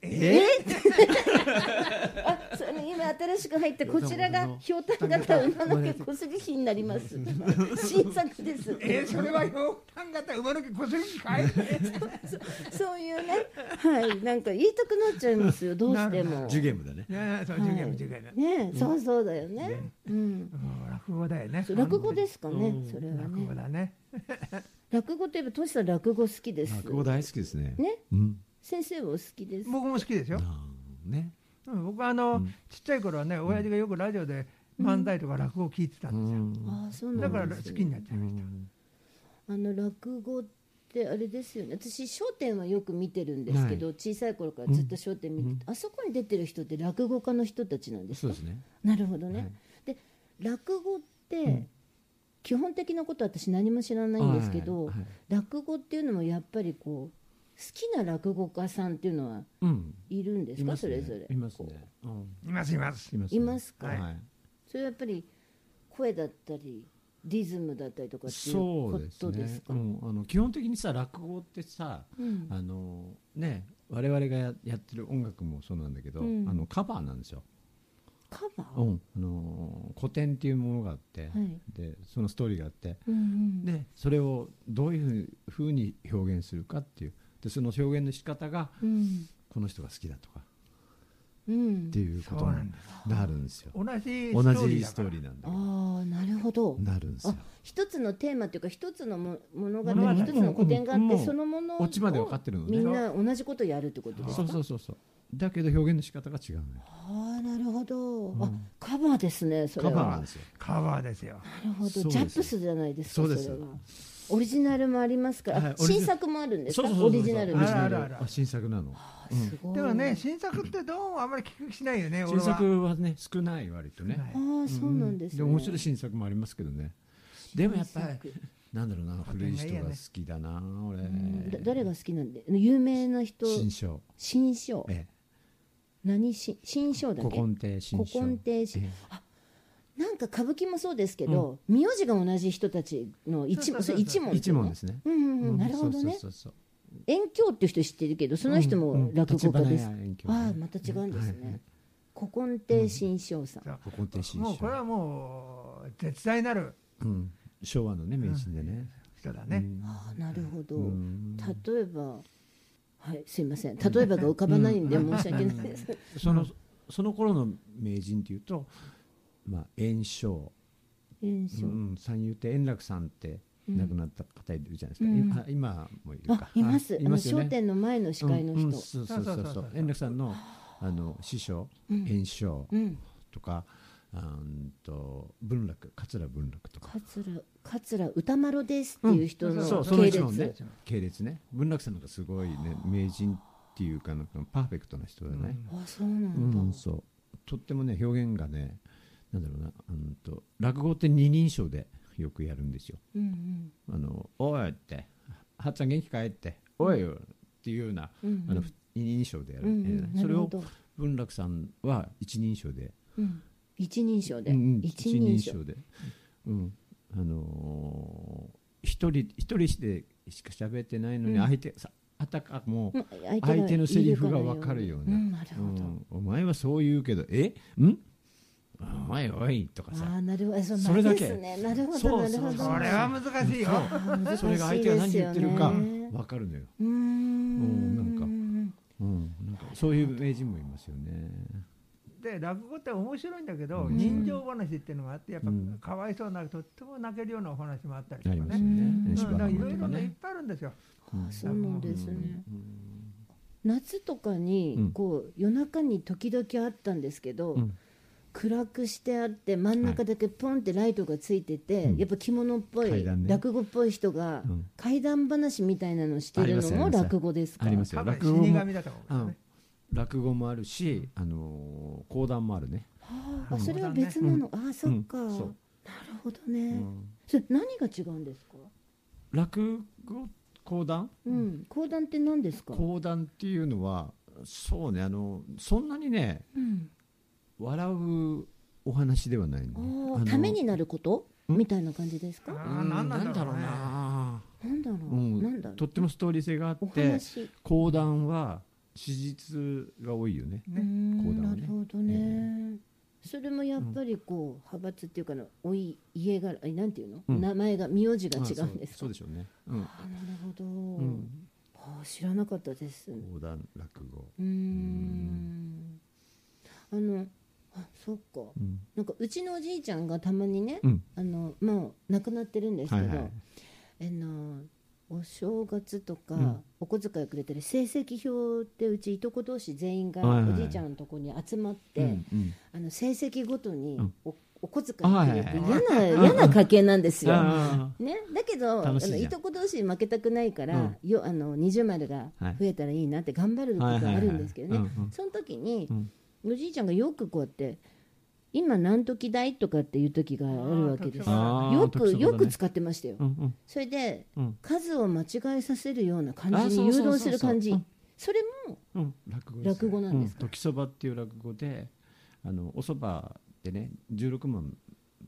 Speaker 1: え あ、それね今新しく入ったこちらがひょうたん型馬の毛こすり器になります。新作です。
Speaker 3: えそれはひょうたん型馬の毛こすり器かい
Speaker 1: そういうね、はい、なんか言いたくなっちゃいますよ。どうしても。
Speaker 2: ジュゲームだね
Speaker 3: いやいやそう
Speaker 1: はい
Speaker 3: 授業授業
Speaker 1: ねえ、そうそうだよね。うん。
Speaker 3: もう落語だよね
Speaker 1: そう落語ですかね、それは
Speaker 3: 落語
Speaker 1: ね。
Speaker 3: だね
Speaker 1: 落語といえば、としさん落語好きです。
Speaker 2: 落語大好きですね
Speaker 1: ね、
Speaker 2: うん
Speaker 1: 先生もお好きです。
Speaker 3: 僕も好きですよ
Speaker 2: あーね
Speaker 3: うん僕はあの、ちっちゃい頃はね親父がよくラジオで漫才とか落語を聞いてた
Speaker 2: うん
Speaker 3: ですよ、
Speaker 2: ん
Speaker 1: ああ、そうな
Speaker 3: だか
Speaker 1: んで
Speaker 3: ら好
Speaker 1: すね
Speaker 3: きになっちゃいまし
Speaker 1: あの落語っであれですよね私『笑点』はよく見てるんですけど、小さい頃からずっと『笑点』見てて、あそこに出てる人って落語家の人たちなんです
Speaker 2: そう
Speaker 1: か
Speaker 2: ですね
Speaker 1: なるほどね、
Speaker 2: はい
Speaker 1: で落語って基本的なことは私何も知らないんですけど、
Speaker 2: はいはい
Speaker 1: 落語っていうのもやっぱりこう好きな落語家さんっていうのは
Speaker 2: うん
Speaker 1: いるんです
Speaker 2: い
Speaker 1: か
Speaker 2: ます
Speaker 1: そ
Speaker 2: ね
Speaker 1: れぞれ
Speaker 2: いますねうん
Speaker 3: いますいます
Speaker 2: います
Speaker 1: いますか
Speaker 2: はい
Speaker 1: それはやっぱり声だったりリズムだったりとかっていう
Speaker 2: そう
Speaker 1: こ
Speaker 2: です
Speaker 1: と
Speaker 2: ね
Speaker 1: ですか
Speaker 2: うん、あの基本的にさ落語ってさ、
Speaker 1: うん
Speaker 2: あのね我々がややってる音楽もそうなんだけど、
Speaker 1: うん
Speaker 2: あのカバーなんですよ、
Speaker 1: カバ
Speaker 2: う
Speaker 1: ー、
Speaker 2: んあの古典っていうものがあって、
Speaker 1: はい
Speaker 2: でそのストーリーがあって
Speaker 1: うんうん
Speaker 2: でそれをどういうふうに表現するかっていうでその表現の仕方が
Speaker 1: うん
Speaker 2: この人が好きだとか
Speaker 1: うん
Speaker 2: っていうこと
Speaker 3: そうなん
Speaker 2: になるんですよ
Speaker 3: 同じ
Speaker 2: 同じストー
Speaker 3: ー
Speaker 2: リーなんだけど
Speaker 1: ああなるほど
Speaker 2: なるんですよ
Speaker 1: あ一つのテーマというか一つのも物語
Speaker 2: 物語
Speaker 1: 一つの古典があっ
Speaker 2: もう
Speaker 1: て
Speaker 2: もう
Speaker 1: そのものを
Speaker 2: オチまで分かってるのね
Speaker 1: みんな同じことやるってことです
Speaker 2: そう
Speaker 1: か
Speaker 2: そうそうそうだけど表現の仕方が違うのよ
Speaker 1: ああなるほど、あカバーですねそれ
Speaker 2: カ
Speaker 1: は
Speaker 2: バーなんですよ
Speaker 3: カバーですよ
Speaker 1: なるほ
Speaker 2: そ
Speaker 1: ど
Speaker 2: うで
Speaker 1: ジ
Speaker 2: す
Speaker 1: ャップスじゃないですか
Speaker 2: そう
Speaker 1: そ
Speaker 2: です
Speaker 1: れはオリジナルもありますから、
Speaker 2: はいオリジナル
Speaker 1: 新作もあるんですか
Speaker 2: そうそうそうそう
Speaker 1: オリジナル
Speaker 2: オ
Speaker 1: の
Speaker 2: リジナ
Speaker 3: あ
Speaker 2: ル
Speaker 3: るあるある
Speaker 2: あ新作なの
Speaker 1: すごい
Speaker 3: でもね新作ってどうもあんまり聞く気しないよね俺
Speaker 2: 新
Speaker 3: は
Speaker 2: 作はね少ない割とね
Speaker 1: ああそうなんですね、
Speaker 2: で面白い新作もありますけどねでもやっぱり
Speaker 1: 新作
Speaker 2: なんだろうな古い人が好きだな俺
Speaker 1: うんだ誰が好きなんで有名な人
Speaker 2: 新書
Speaker 1: 新章
Speaker 2: え
Speaker 1: 何し新章
Speaker 2: え
Speaker 1: だっ
Speaker 2: 古
Speaker 1: け
Speaker 2: 今亭新書
Speaker 1: 古今亭新
Speaker 2: ええ
Speaker 1: なんか歌舞伎もそうですけど、名字が同じ人たちの一門
Speaker 3: そ
Speaker 1: そう
Speaker 3: そうそうそう
Speaker 1: れ一門って
Speaker 2: 一
Speaker 1: いう
Speaker 2: 問
Speaker 1: の
Speaker 2: ですね
Speaker 1: うんうんうんなるほどね
Speaker 2: そうそうそうそう
Speaker 1: 遠鏡っていう人知ってるけどその人
Speaker 2: うん
Speaker 1: も
Speaker 2: うん
Speaker 1: 落語家です、
Speaker 2: 橘屋遠鏡
Speaker 1: ああまた違うんですね、
Speaker 2: はいはい
Speaker 1: 古今亭新章さん、
Speaker 3: そう
Speaker 2: 古今亭新書
Speaker 3: もうこれはもう絶大なる
Speaker 2: うん昭和のね名人でね
Speaker 3: 人だね、
Speaker 2: うん
Speaker 1: ああなるほど、
Speaker 2: うん
Speaker 1: 例えばはいすいません例えばが浮かばないんで申し訳ないです、
Speaker 2: そのその頃の名人っていうとまあ圓生
Speaker 1: 炎症
Speaker 2: うん、三遊亭円楽さんって亡くなった方いるじゃないですか、
Speaker 1: うん
Speaker 2: あ今もいるか
Speaker 1: あいます
Speaker 2: あ
Speaker 1: あの
Speaker 2: よね
Speaker 1: 商店の前の司会の人、
Speaker 2: うんうんそうそうそう
Speaker 3: そうそう
Speaker 2: そ
Speaker 3: そうう
Speaker 2: 円楽さんのあの師匠円生
Speaker 1: うん
Speaker 2: とか、うんと文楽桂文楽とか
Speaker 1: 桂桂歌丸ですっていう人
Speaker 3: うん
Speaker 1: の
Speaker 2: その
Speaker 1: 系
Speaker 2: 一
Speaker 1: 列、
Speaker 2: 門ね系列ね文楽さんなんかすごいね名人っていうかなんかパーフェクトな人だね
Speaker 1: あそうな
Speaker 2: うん
Speaker 1: だ、
Speaker 2: ん、そうとってもね表現がねなんだろうなうんと落語って二人称でよくやるんですよ
Speaker 1: うん
Speaker 2: あの「おい」って「はっちゃん元気かい?」って「おいよ」っていうような、
Speaker 1: うんうん
Speaker 2: あのふ二人称でやる、
Speaker 1: うんうん
Speaker 2: えー
Speaker 1: な
Speaker 2: それ
Speaker 1: るほ
Speaker 2: を
Speaker 1: ど
Speaker 2: 文楽さんは一人称で、
Speaker 1: うん、一人称で、
Speaker 2: うんうん
Speaker 1: 一人称
Speaker 2: で、うんあのー一人一人でしか喋ってないのに
Speaker 1: うん
Speaker 2: 相手、さあたかも
Speaker 1: うん相手が
Speaker 2: 相手のセリフが分かるような
Speaker 1: うんなるほど、
Speaker 2: うんお前はそう言うけどえんおいおい」とか
Speaker 1: あ
Speaker 2: さ
Speaker 1: あなるほど
Speaker 2: それだけ
Speaker 1: ですねなるほ
Speaker 2: そ
Speaker 1: ど
Speaker 2: う
Speaker 1: な
Speaker 2: そ
Speaker 1: る
Speaker 2: う
Speaker 1: ほど
Speaker 3: これは難しいよ
Speaker 1: 難しいですよね
Speaker 2: それが相手が何言ってるか分かるのよ、
Speaker 1: うーん
Speaker 2: うんなん
Speaker 1: か
Speaker 2: うん、なんかそういう名人もいますよね
Speaker 3: で落語って面白いんだけど、
Speaker 2: うん
Speaker 3: 人情話っていうのがあってやっぱ
Speaker 2: うん
Speaker 3: かわいそうなとっても泣けるようなお話もあったりと
Speaker 2: あ
Speaker 3: か
Speaker 2: り
Speaker 3: ね
Speaker 2: ますよ
Speaker 1: う
Speaker 2: ね
Speaker 1: ん
Speaker 2: 芝
Speaker 3: うんだからい
Speaker 2: 浜
Speaker 3: ろ
Speaker 2: と
Speaker 3: い
Speaker 2: か
Speaker 3: ろねいっ
Speaker 2: ね
Speaker 3: ぱいあるんですよ
Speaker 1: そうなんですね、
Speaker 2: うん
Speaker 1: 夏とかに、
Speaker 2: うん
Speaker 1: こう夜中に時々あったんですけど、
Speaker 2: うん
Speaker 1: 暗くしてあって真ん中だけポンってライトがついてて、
Speaker 2: うん
Speaker 1: やっぱ着物っぽ
Speaker 2: 階
Speaker 1: い、
Speaker 2: 段ね
Speaker 1: 落語っぽい人が
Speaker 2: うん
Speaker 1: 怪談話みたいなのしてるのも
Speaker 2: ありますあります
Speaker 1: 落語ですか
Speaker 2: あります
Speaker 3: 多
Speaker 2: よ
Speaker 3: 分
Speaker 2: 落語
Speaker 3: 死
Speaker 2: も
Speaker 3: 神だと思
Speaker 2: う
Speaker 3: うん
Speaker 2: ん落語もあるし、あのー講談もあるね、
Speaker 1: あそれは別なの、あそっか、
Speaker 2: うんそう
Speaker 1: なるほどね、
Speaker 2: うん
Speaker 1: それ何が違うんですか
Speaker 2: 落語講談
Speaker 1: うん講談って何ですか
Speaker 2: 講談っていうのはそうねあのそんなにね
Speaker 1: うん
Speaker 2: 笑うお話ではないね
Speaker 1: あ
Speaker 2: あ
Speaker 1: ー
Speaker 2: の
Speaker 1: ためになること
Speaker 2: ん
Speaker 1: みたいな感じです
Speaker 3: あ
Speaker 1: か
Speaker 3: ー何なんだろうね
Speaker 2: な、
Speaker 1: なんだろ
Speaker 2: う
Speaker 1: う、
Speaker 2: ん
Speaker 1: なんだろう
Speaker 2: とってもストーリー性があ
Speaker 1: お
Speaker 2: って
Speaker 1: 話
Speaker 2: 講談は史実が多いよね
Speaker 1: うーん
Speaker 2: 講談
Speaker 1: な
Speaker 2: はね
Speaker 1: るほどね、それもやっぱりこう派閥っていうかのおい家柄えなんていうの、
Speaker 2: うん
Speaker 1: 名前が名字が違
Speaker 2: あ
Speaker 1: うんですか
Speaker 2: そうそうでしょうね、うん
Speaker 1: あなるほど、
Speaker 2: うん
Speaker 1: あー知らなかったですう
Speaker 2: 講談落語、
Speaker 1: ーんあのあそっか
Speaker 2: うん
Speaker 1: なんかうちのおじいちゃんがたまにね、
Speaker 2: うん
Speaker 1: あのもう亡くなってるんですけど、
Speaker 2: はいはい
Speaker 1: あのお正月とか、
Speaker 2: ん
Speaker 1: お小遣いくれてる成績表ってうちいとこ同士全員が
Speaker 2: はいはい
Speaker 1: おじいちゃんのとこに集まって、
Speaker 2: うんうん
Speaker 1: あの成績ごとに
Speaker 2: うん
Speaker 1: おお小遣いくれて
Speaker 2: あ
Speaker 1: 嫌な嫌な家計なんですよ。
Speaker 2: あ
Speaker 1: ね、だけどあ
Speaker 2: 楽しいじ
Speaker 1: の
Speaker 2: ゃん
Speaker 1: いとこ同士負けたくないから、
Speaker 2: う
Speaker 1: よあの20丸が
Speaker 2: はい
Speaker 1: 増えたらいいなって頑張ること
Speaker 2: はいはいはい
Speaker 1: があるんですけどね、
Speaker 2: うんうん
Speaker 1: その時に
Speaker 2: う、ん
Speaker 1: おじいちゃんがよくこうやって「今何時だい?」とかっていう時があるわけです
Speaker 3: あ
Speaker 1: よ
Speaker 2: あー
Speaker 1: く、
Speaker 2: 特殊な
Speaker 1: よ
Speaker 2: こと
Speaker 1: く
Speaker 2: ね
Speaker 1: 使ってましたよ、
Speaker 2: うん
Speaker 1: それで
Speaker 2: うんうん
Speaker 1: 数を間違えさせるような
Speaker 2: あ
Speaker 1: 感じ
Speaker 2: そ
Speaker 1: に
Speaker 2: うそう
Speaker 1: 誘
Speaker 2: そうそ
Speaker 1: 導す
Speaker 2: う
Speaker 1: る感じ
Speaker 2: うん
Speaker 1: それも
Speaker 2: うん、落語です
Speaker 1: 落語なんですか
Speaker 2: うん時そばっていう落語であのおそばでね16問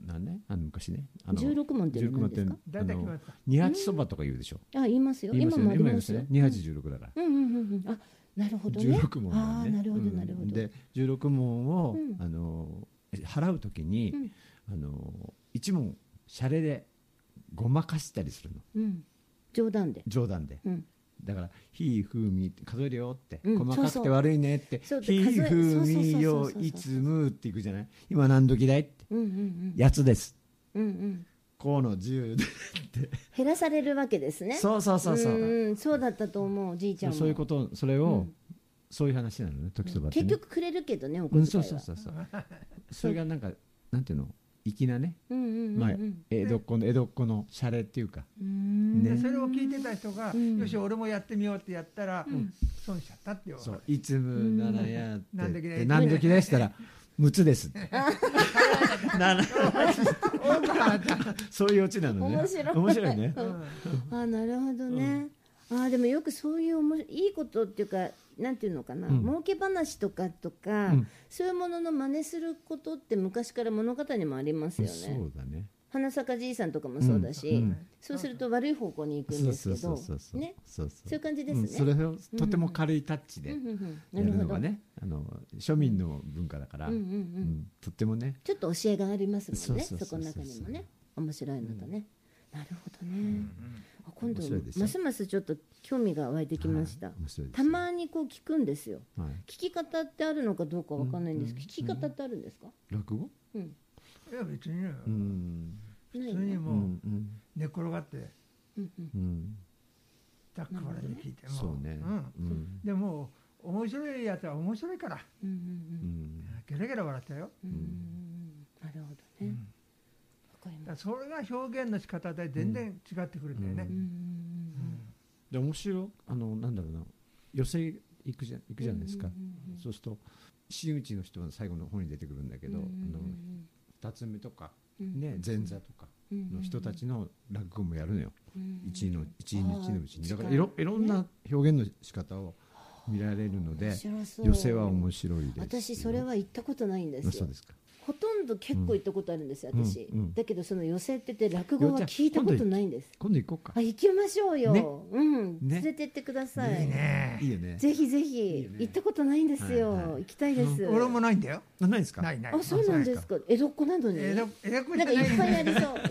Speaker 2: なんねあの昔ねあの
Speaker 1: 16問っていうのは何ですか
Speaker 2: 16
Speaker 3: だいたい
Speaker 2: 問
Speaker 3: 決ま
Speaker 2: っ
Speaker 3: ってた
Speaker 2: あの二八そばとか言うでしょ、
Speaker 1: あ言いますよ
Speaker 2: 言います
Speaker 1: 今
Speaker 2: よ
Speaker 1: もあり
Speaker 2: ね今
Speaker 1: ま
Speaker 2: 言いますす
Speaker 1: よ
Speaker 2: ね、二八十六だから、
Speaker 1: うんうんうんうんあなるほど
Speaker 2: 十
Speaker 1: ね
Speaker 2: 六問
Speaker 1: あ
Speaker 2: なん
Speaker 1: あ
Speaker 2: で
Speaker 1: ーなる
Speaker 2: ね
Speaker 1: ほど
Speaker 2: うん
Speaker 1: なるほど、
Speaker 2: で十六問を、
Speaker 1: うん
Speaker 2: あの払うときに、
Speaker 1: うん
Speaker 2: あの一問洒落でごまかしたりするの
Speaker 1: うん、冗談で、
Speaker 2: 冗談で
Speaker 1: うん、
Speaker 2: だから「ひいふみ」って数えるよって、
Speaker 1: うん
Speaker 2: 細か
Speaker 1: そう
Speaker 2: くて
Speaker 1: そう
Speaker 2: 悪いねって
Speaker 1: そう
Speaker 2: 「ひいふみ
Speaker 1: そうそうそうそうそう
Speaker 2: よ
Speaker 1: そう
Speaker 2: いつむ」っていくじゃない今何時だいって
Speaker 1: うんうんうん
Speaker 2: やつです
Speaker 1: うんうん
Speaker 2: こうの十で
Speaker 1: 減らされるわけですね
Speaker 2: そうそうそうそう
Speaker 1: うんそうだったと思うおじいちゃんも
Speaker 2: そういうことそれ
Speaker 1: う
Speaker 2: を、
Speaker 1: ん
Speaker 2: そういう話なのね時そばって、
Speaker 1: 結
Speaker 2: ね、
Speaker 1: 局くれるけどねお小
Speaker 2: う
Speaker 1: 遣い
Speaker 2: ん
Speaker 1: は
Speaker 2: そうそうそうそうそれがなんかなんていうの粋なね
Speaker 1: うんうんうんうん
Speaker 2: まあ江戸っ子の江戸っ子のシャレっていうか
Speaker 1: うーん
Speaker 2: ね
Speaker 3: でそれを聞いてた人が、
Speaker 1: うん
Speaker 3: よし俺もやってみようってやったら、損しちゃったっていう
Speaker 2: そういつむならやっ
Speaker 3: うん何
Speaker 2: て
Speaker 3: 時だい
Speaker 2: で何時でしたら「むつです」 なな
Speaker 3: 多くなった、
Speaker 2: そういうオチなのね
Speaker 1: 面白い
Speaker 2: 面白いね
Speaker 3: うん
Speaker 1: あなるほどね、ああでもよくそういうおもしいいことっていうかなんていうのかな、
Speaker 2: うん
Speaker 1: 儲け話とかとか、
Speaker 2: うん
Speaker 1: そういうものの真似することって昔から物語にもありますよ
Speaker 2: そ
Speaker 1: ね
Speaker 2: うだね
Speaker 1: 花咲じいさんとかもそうだし、
Speaker 2: うん
Speaker 1: そうすると悪い方向に行くん
Speaker 2: そう
Speaker 1: ですけ
Speaker 2: そうそ
Speaker 1: ど
Speaker 2: うそうそう
Speaker 1: ね
Speaker 2: そう
Speaker 1: そういう
Speaker 2: う
Speaker 1: 感じで
Speaker 2: うん
Speaker 1: す
Speaker 2: そ
Speaker 1: ね、
Speaker 2: れをとても軽いタッチで
Speaker 1: う
Speaker 2: や
Speaker 1: んうんうん
Speaker 2: る
Speaker 1: なる
Speaker 2: の
Speaker 1: ほど
Speaker 2: がねあの庶民の文化だから
Speaker 1: う
Speaker 2: うん
Speaker 1: うんうん
Speaker 2: んとってもね
Speaker 1: ちょっと教えがありますもんね
Speaker 2: そう
Speaker 1: そ
Speaker 2: そう
Speaker 1: こ
Speaker 2: そうそう
Speaker 1: の中にもね面白いのとね、なるほどね、あ今度
Speaker 2: 面白いですよ
Speaker 1: ますますちょっと興味が湧いてきました、
Speaker 2: はい面白いです
Speaker 1: た
Speaker 2: よ
Speaker 1: まにこう聞くんですよ
Speaker 2: はい
Speaker 1: 聞き方ってあるのかどうかわかんないんですけど、聞き方ってあるんですか、
Speaker 2: 落語
Speaker 1: うん、
Speaker 3: いや別にね、
Speaker 2: うん
Speaker 1: な
Speaker 3: 普
Speaker 1: い
Speaker 3: 通に
Speaker 1: の
Speaker 2: う
Speaker 3: もうん
Speaker 2: うん
Speaker 3: 寝っ転がって
Speaker 1: うん
Speaker 2: うん
Speaker 3: ざっくばらんに聞いても
Speaker 2: そうね
Speaker 3: ん
Speaker 2: うん
Speaker 3: でも面白いやつは面白いから
Speaker 1: うんうん
Speaker 2: う
Speaker 1: うん
Speaker 2: ん
Speaker 3: ゲラゲラ笑ったよ、
Speaker 1: うんうんなるほど
Speaker 3: う
Speaker 1: ね
Speaker 3: ん
Speaker 1: わかり
Speaker 3: だか
Speaker 1: ま
Speaker 3: ら
Speaker 1: す
Speaker 3: それが表現の仕方で全然違ってくるんだよね、
Speaker 2: う
Speaker 1: うんうん
Speaker 2: で面白いあのなんだろうな寄席行くじゃ行くじゃないですか、
Speaker 1: うんうんうん
Speaker 2: そうすると真打ちの人の最後の方に出てくるんだけ
Speaker 1: うん
Speaker 2: ど、
Speaker 1: うん
Speaker 2: あの二つ目とか、
Speaker 1: うん
Speaker 2: ね、前座とかの人たちの落語もやるのよ、一の一の一のうちにだからいろいろんな表現の仕方を見られるので、寄
Speaker 1: 寄
Speaker 2: 席は面白いですよ
Speaker 1: 私それは行ったことないんです
Speaker 2: あ
Speaker 1: よ
Speaker 2: そうですか
Speaker 1: ほとんど結構行ったことあるんですよ、
Speaker 2: うん
Speaker 1: 私、
Speaker 2: うんうん
Speaker 1: だけどその寄席ってて落語は聞いたことないんです
Speaker 2: 今度行こうか
Speaker 1: あ行きましょうよ、
Speaker 2: ね
Speaker 1: うん
Speaker 2: ね
Speaker 1: 連れてってください、
Speaker 3: いいね
Speaker 2: いいよね
Speaker 1: ぜひぜひ
Speaker 2: いいよね
Speaker 1: 行ったことないんですよ、
Speaker 2: はいはい
Speaker 1: 行きたいです、
Speaker 3: 俺もないんだよ
Speaker 2: あないですか
Speaker 3: ないない
Speaker 1: あそうなんですか江戸っ子なのにな
Speaker 3: えど
Speaker 1: んか
Speaker 3: えどこ
Speaker 1: い
Speaker 3: じゃない
Speaker 1: っぱいありそういっぱ いあり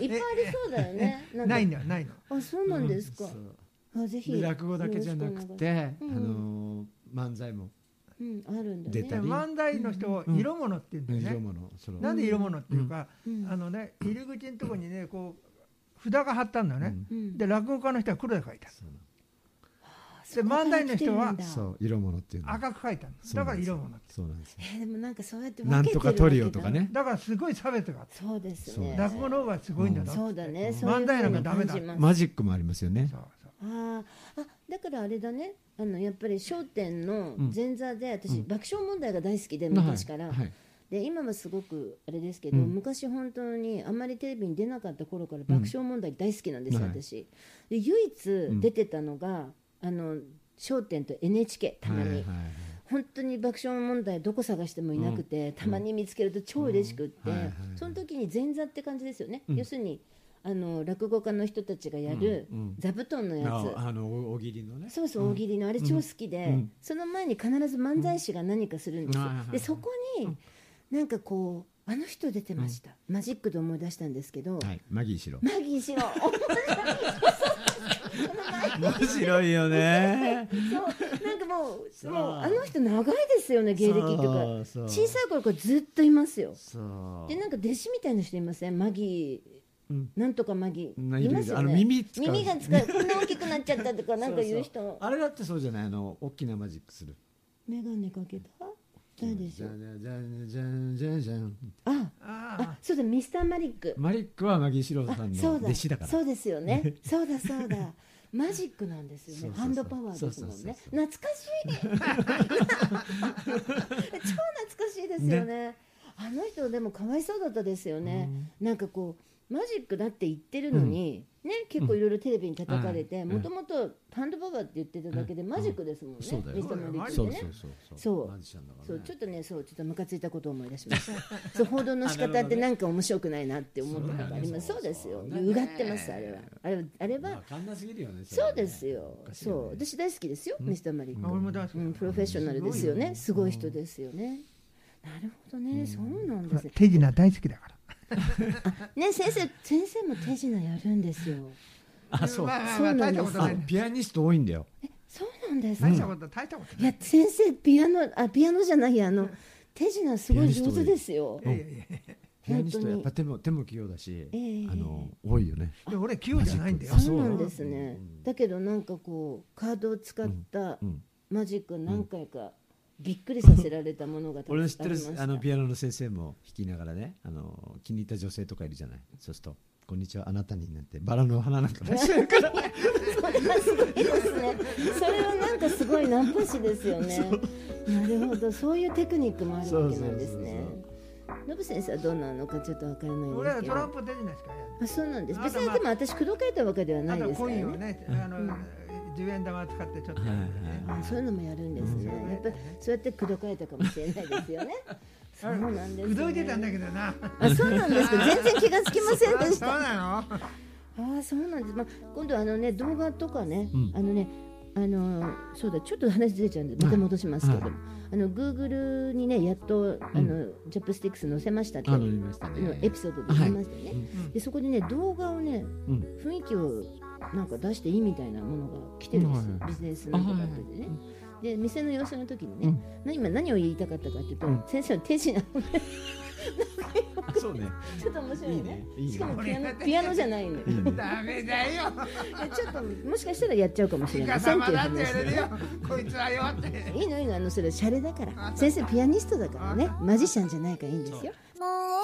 Speaker 1: そうだよねんか
Speaker 3: ないのないの
Speaker 1: あそうなんですか、
Speaker 2: そう
Speaker 1: あぜひ
Speaker 2: で落語だけじゃなく
Speaker 1: よろしくお願いし
Speaker 2: て、
Speaker 1: うん
Speaker 2: あのー漫才も
Speaker 1: ますうんあるんだね
Speaker 2: 出たり
Speaker 3: 漫才の人を色物って言うんだよ
Speaker 2: 色
Speaker 3: ね、
Speaker 2: 物それを
Speaker 3: なんで色物っていうか、
Speaker 1: うん
Speaker 3: あのね入り口のとこにねこう札が貼ったんだよね、
Speaker 1: うん
Speaker 3: で落語家の人は黒で書いた
Speaker 2: そうなの
Speaker 1: そこから
Speaker 3: 漫才の人は
Speaker 1: 来てるんだ
Speaker 2: そう色物っていうのは
Speaker 3: 赤く書いたんです
Speaker 2: そう
Speaker 3: だ
Speaker 2: な
Speaker 3: か
Speaker 2: んで
Speaker 3: ら
Speaker 2: すよ
Speaker 3: 色物って
Speaker 2: そうなんですよ
Speaker 1: えーでもなんかそうやって分け
Speaker 2: な
Speaker 1: て
Speaker 2: ん
Speaker 1: る
Speaker 2: とかトリオ
Speaker 1: わけ
Speaker 2: と
Speaker 1: だ
Speaker 2: かね
Speaker 3: だからすごい差別があった
Speaker 1: そうですね
Speaker 2: そ
Speaker 3: 落語の方がすごいんだな、
Speaker 1: そうだね、
Speaker 2: うん
Speaker 1: そういう
Speaker 3: 漫才なんかダメだ
Speaker 1: ふうに感じます
Speaker 2: マジックもありますよね
Speaker 3: そうそう
Speaker 1: あーあだからあれだねあのやっぱり『笑点』の前座で私、
Speaker 2: うん
Speaker 1: 爆笑問題が大好きで
Speaker 2: はい
Speaker 1: 昔から、
Speaker 2: はい
Speaker 1: で今はすごくあれですけど、
Speaker 2: うん
Speaker 1: 昔本当にあんまりテレビに出なかった頃から爆笑問題大好きなんです、
Speaker 2: うん
Speaker 1: 私で唯一出てたのが『あの笑点』と NHK たまに、
Speaker 2: はいはいはい
Speaker 1: 本当に爆笑問題どこ探してもいなくて、たまに見つけると超嬉しくって、
Speaker 2: うんはいはいはい
Speaker 1: その時に前座って感じですよね、
Speaker 2: うん
Speaker 1: 要するにあの落語家の人たちがやる
Speaker 2: うんうん
Speaker 1: 座布団のやつ、
Speaker 2: ああのお大喜利のね
Speaker 1: そうそう大喜利のあれ超好きで、
Speaker 2: うん
Speaker 1: その前に必ず漫才師が何かするんですよ、
Speaker 2: うんはいはいはい
Speaker 1: でそこになんかこうあの人出てました、マジックで思い出したんですけど、
Speaker 2: はいマギーしろ
Speaker 1: マギー シロ
Speaker 2: 面白いよね
Speaker 1: そうなんかもう
Speaker 2: う
Speaker 1: もうあの人長いですよ ね芸歴とか
Speaker 2: そう
Speaker 1: 小さい頃からずっといますよ
Speaker 2: そう
Speaker 1: でなんか弟子みたいな人いませんマギー、
Speaker 2: うん
Speaker 1: なんとかマギ
Speaker 2: な
Speaker 1: ー
Speaker 2: い
Speaker 1: い
Speaker 2: る
Speaker 1: ますよ
Speaker 2: あ
Speaker 1: ね
Speaker 2: の耳使う
Speaker 1: 耳が使うこんな大きくなっちゃ ったとかなんか言う人
Speaker 2: あれだってそうじゃないあの大きなマジックする
Speaker 1: 眼鏡かけたそうです
Speaker 2: じゃんじゃんじゃんじゃんじゃん
Speaker 1: あ
Speaker 3: あ
Speaker 1: あそうだミスターマリック
Speaker 2: マリックはマギーシロ
Speaker 1: あ
Speaker 2: さんの
Speaker 1: そうだ
Speaker 2: 弟子だから
Speaker 1: そうですよねそうだそう だマジックなんですよね
Speaker 2: そうそうそう
Speaker 1: ハンドパワーですもんね
Speaker 2: そうそう
Speaker 1: 懐かしい 超懐かしいですよねあの人でもかわいそうだったですよね、なんかこうマジックだって言ってるのに、ね結構いろいろテレビに叩かれて
Speaker 2: うん
Speaker 1: もともとハンドパワーって言ってただけで、
Speaker 2: うん
Speaker 1: マジックですもんね、
Speaker 2: そうだよ
Speaker 1: ミスターマリックって
Speaker 2: そう
Speaker 1: ね
Speaker 2: そうそうそう
Speaker 1: そう
Speaker 2: マジシャンだから
Speaker 1: そう
Speaker 2: ね
Speaker 1: ちょっとねそうちょっとムカついたことを思い出しましたそう報道の仕方ってなんか面白くないなって思ったことあります
Speaker 2: そ
Speaker 1: そうう
Speaker 2: だね
Speaker 1: ですよ
Speaker 2: そうだね
Speaker 1: うがってますあれはあれはあれ
Speaker 2: わ
Speaker 1: は
Speaker 2: かんなすぎるよねれ
Speaker 1: そ
Speaker 2: はね
Speaker 1: うですよ
Speaker 2: おかしい
Speaker 1: そう
Speaker 2: よね
Speaker 1: 私大好きですよ
Speaker 2: うん
Speaker 1: ミスターマリッ
Speaker 3: あ俺
Speaker 1: ク
Speaker 3: も大好き
Speaker 1: うんプロフェッショナルですよね
Speaker 3: す
Speaker 1: す
Speaker 3: ご
Speaker 1: ご
Speaker 3: いよね
Speaker 1: い人ですよねなるほどねそうなんですね
Speaker 3: 手品大好きだから
Speaker 1: ね先生先生も手品やるんですよ
Speaker 2: あそう
Speaker 3: まあまあ
Speaker 1: そうなん
Speaker 3: 大し
Speaker 1: で
Speaker 3: た
Speaker 1: す
Speaker 3: こと
Speaker 2: あ
Speaker 3: ない
Speaker 2: ピアニスト多いんだよ
Speaker 1: そうなんです
Speaker 3: 大し
Speaker 1: ね
Speaker 3: たこと大したこと
Speaker 1: いや先生ピアノあピアノじゃないあの手品すごい上手ですよ
Speaker 3: ないいやいやいや
Speaker 2: ピアニストやっぱ手も手も器用だしあ
Speaker 1: ええ
Speaker 2: の多いよね
Speaker 3: で俺器用じゃないんだよ
Speaker 2: あ
Speaker 1: そうなんです
Speaker 2: うん
Speaker 1: ね
Speaker 2: うん
Speaker 1: だけどなんかこうカードを使った
Speaker 2: うん
Speaker 1: マジック何回かびっくりさせられたものがたくさん
Speaker 2: 俺の知ってる
Speaker 1: ありました
Speaker 2: あのピアノの先生も弾きながらねあの気に入った女性とかいるじゃないそうすると「こんにちはあなたに」なんてバラの花なんか出して
Speaker 1: すごいですねそれはなんかすごいナンパ師ですよねなるほどそういうテクニックもあるわけなんですね
Speaker 2: そうそう
Speaker 1: のぶ先生はどうなのかちょっとわからないん
Speaker 3: 俺
Speaker 1: です
Speaker 3: は
Speaker 1: け
Speaker 3: トラン
Speaker 1: ど
Speaker 3: プ手品しかやら
Speaker 1: あそうなんです別に
Speaker 3: あ
Speaker 1: で
Speaker 3: と
Speaker 1: も
Speaker 3: ま
Speaker 1: 私口説かれたわけではない
Speaker 3: ないあ
Speaker 1: で
Speaker 3: と
Speaker 1: すか
Speaker 3: コ
Speaker 1: ら
Speaker 3: インを
Speaker 1: ね
Speaker 3: ねあの10円玉使ってちょっとやるんだよね
Speaker 1: あそういうのもやるんですね
Speaker 3: うん
Speaker 1: やっぱりそうやって口説かれたかもしれないですよねそうなんですね
Speaker 3: 口説いてたんだけどな
Speaker 1: あそうなんですか全然気がつきませんでし
Speaker 3: そ
Speaker 1: た
Speaker 3: うなの
Speaker 1: ああそうなんです。まあ今度あのね動画とかね、
Speaker 2: うん
Speaker 1: あのねあのーそうだちょっと話ずれちゃうんでまた戻しますけども、
Speaker 2: はい
Speaker 1: あの Google にねやっとあの、ジャップスティックス載せましたって
Speaker 2: あ
Speaker 1: い
Speaker 2: 乗り
Speaker 1: う
Speaker 2: ました
Speaker 1: あの
Speaker 2: ね
Speaker 1: エピソードで言いましたよね。
Speaker 2: はい
Speaker 3: うん
Speaker 1: でそこでね動画をね
Speaker 2: うん
Speaker 1: 雰囲気をなんか出していいみたいなものが来てるんですよ、
Speaker 2: うんはい
Speaker 1: ビジネスなんとかってでね。で店の様子の時にね、な今何を言いたかったかっていうと、
Speaker 2: うん
Speaker 1: 先生の手 品をね
Speaker 2: あそうね
Speaker 1: ちょっと面白い
Speaker 2: い
Speaker 1: ね
Speaker 2: いねいいね
Speaker 1: しかもピアノピアノじゃないの、よ
Speaker 2: いいね
Speaker 3: ダメだよ
Speaker 1: えちょっともしかしたらやっちゃうかもしれ
Speaker 3: イ
Speaker 1: ま
Speaker 3: カ
Speaker 1: せんってい
Speaker 3: 様
Speaker 1: う
Speaker 3: だって言わ
Speaker 1: 話
Speaker 3: れるよこいつはよって
Speaker 1: いいのいいのあのそれはシャレだから先生ピアニストだからねマジシャンじゃないからいいんですよ
Speaker 4: もう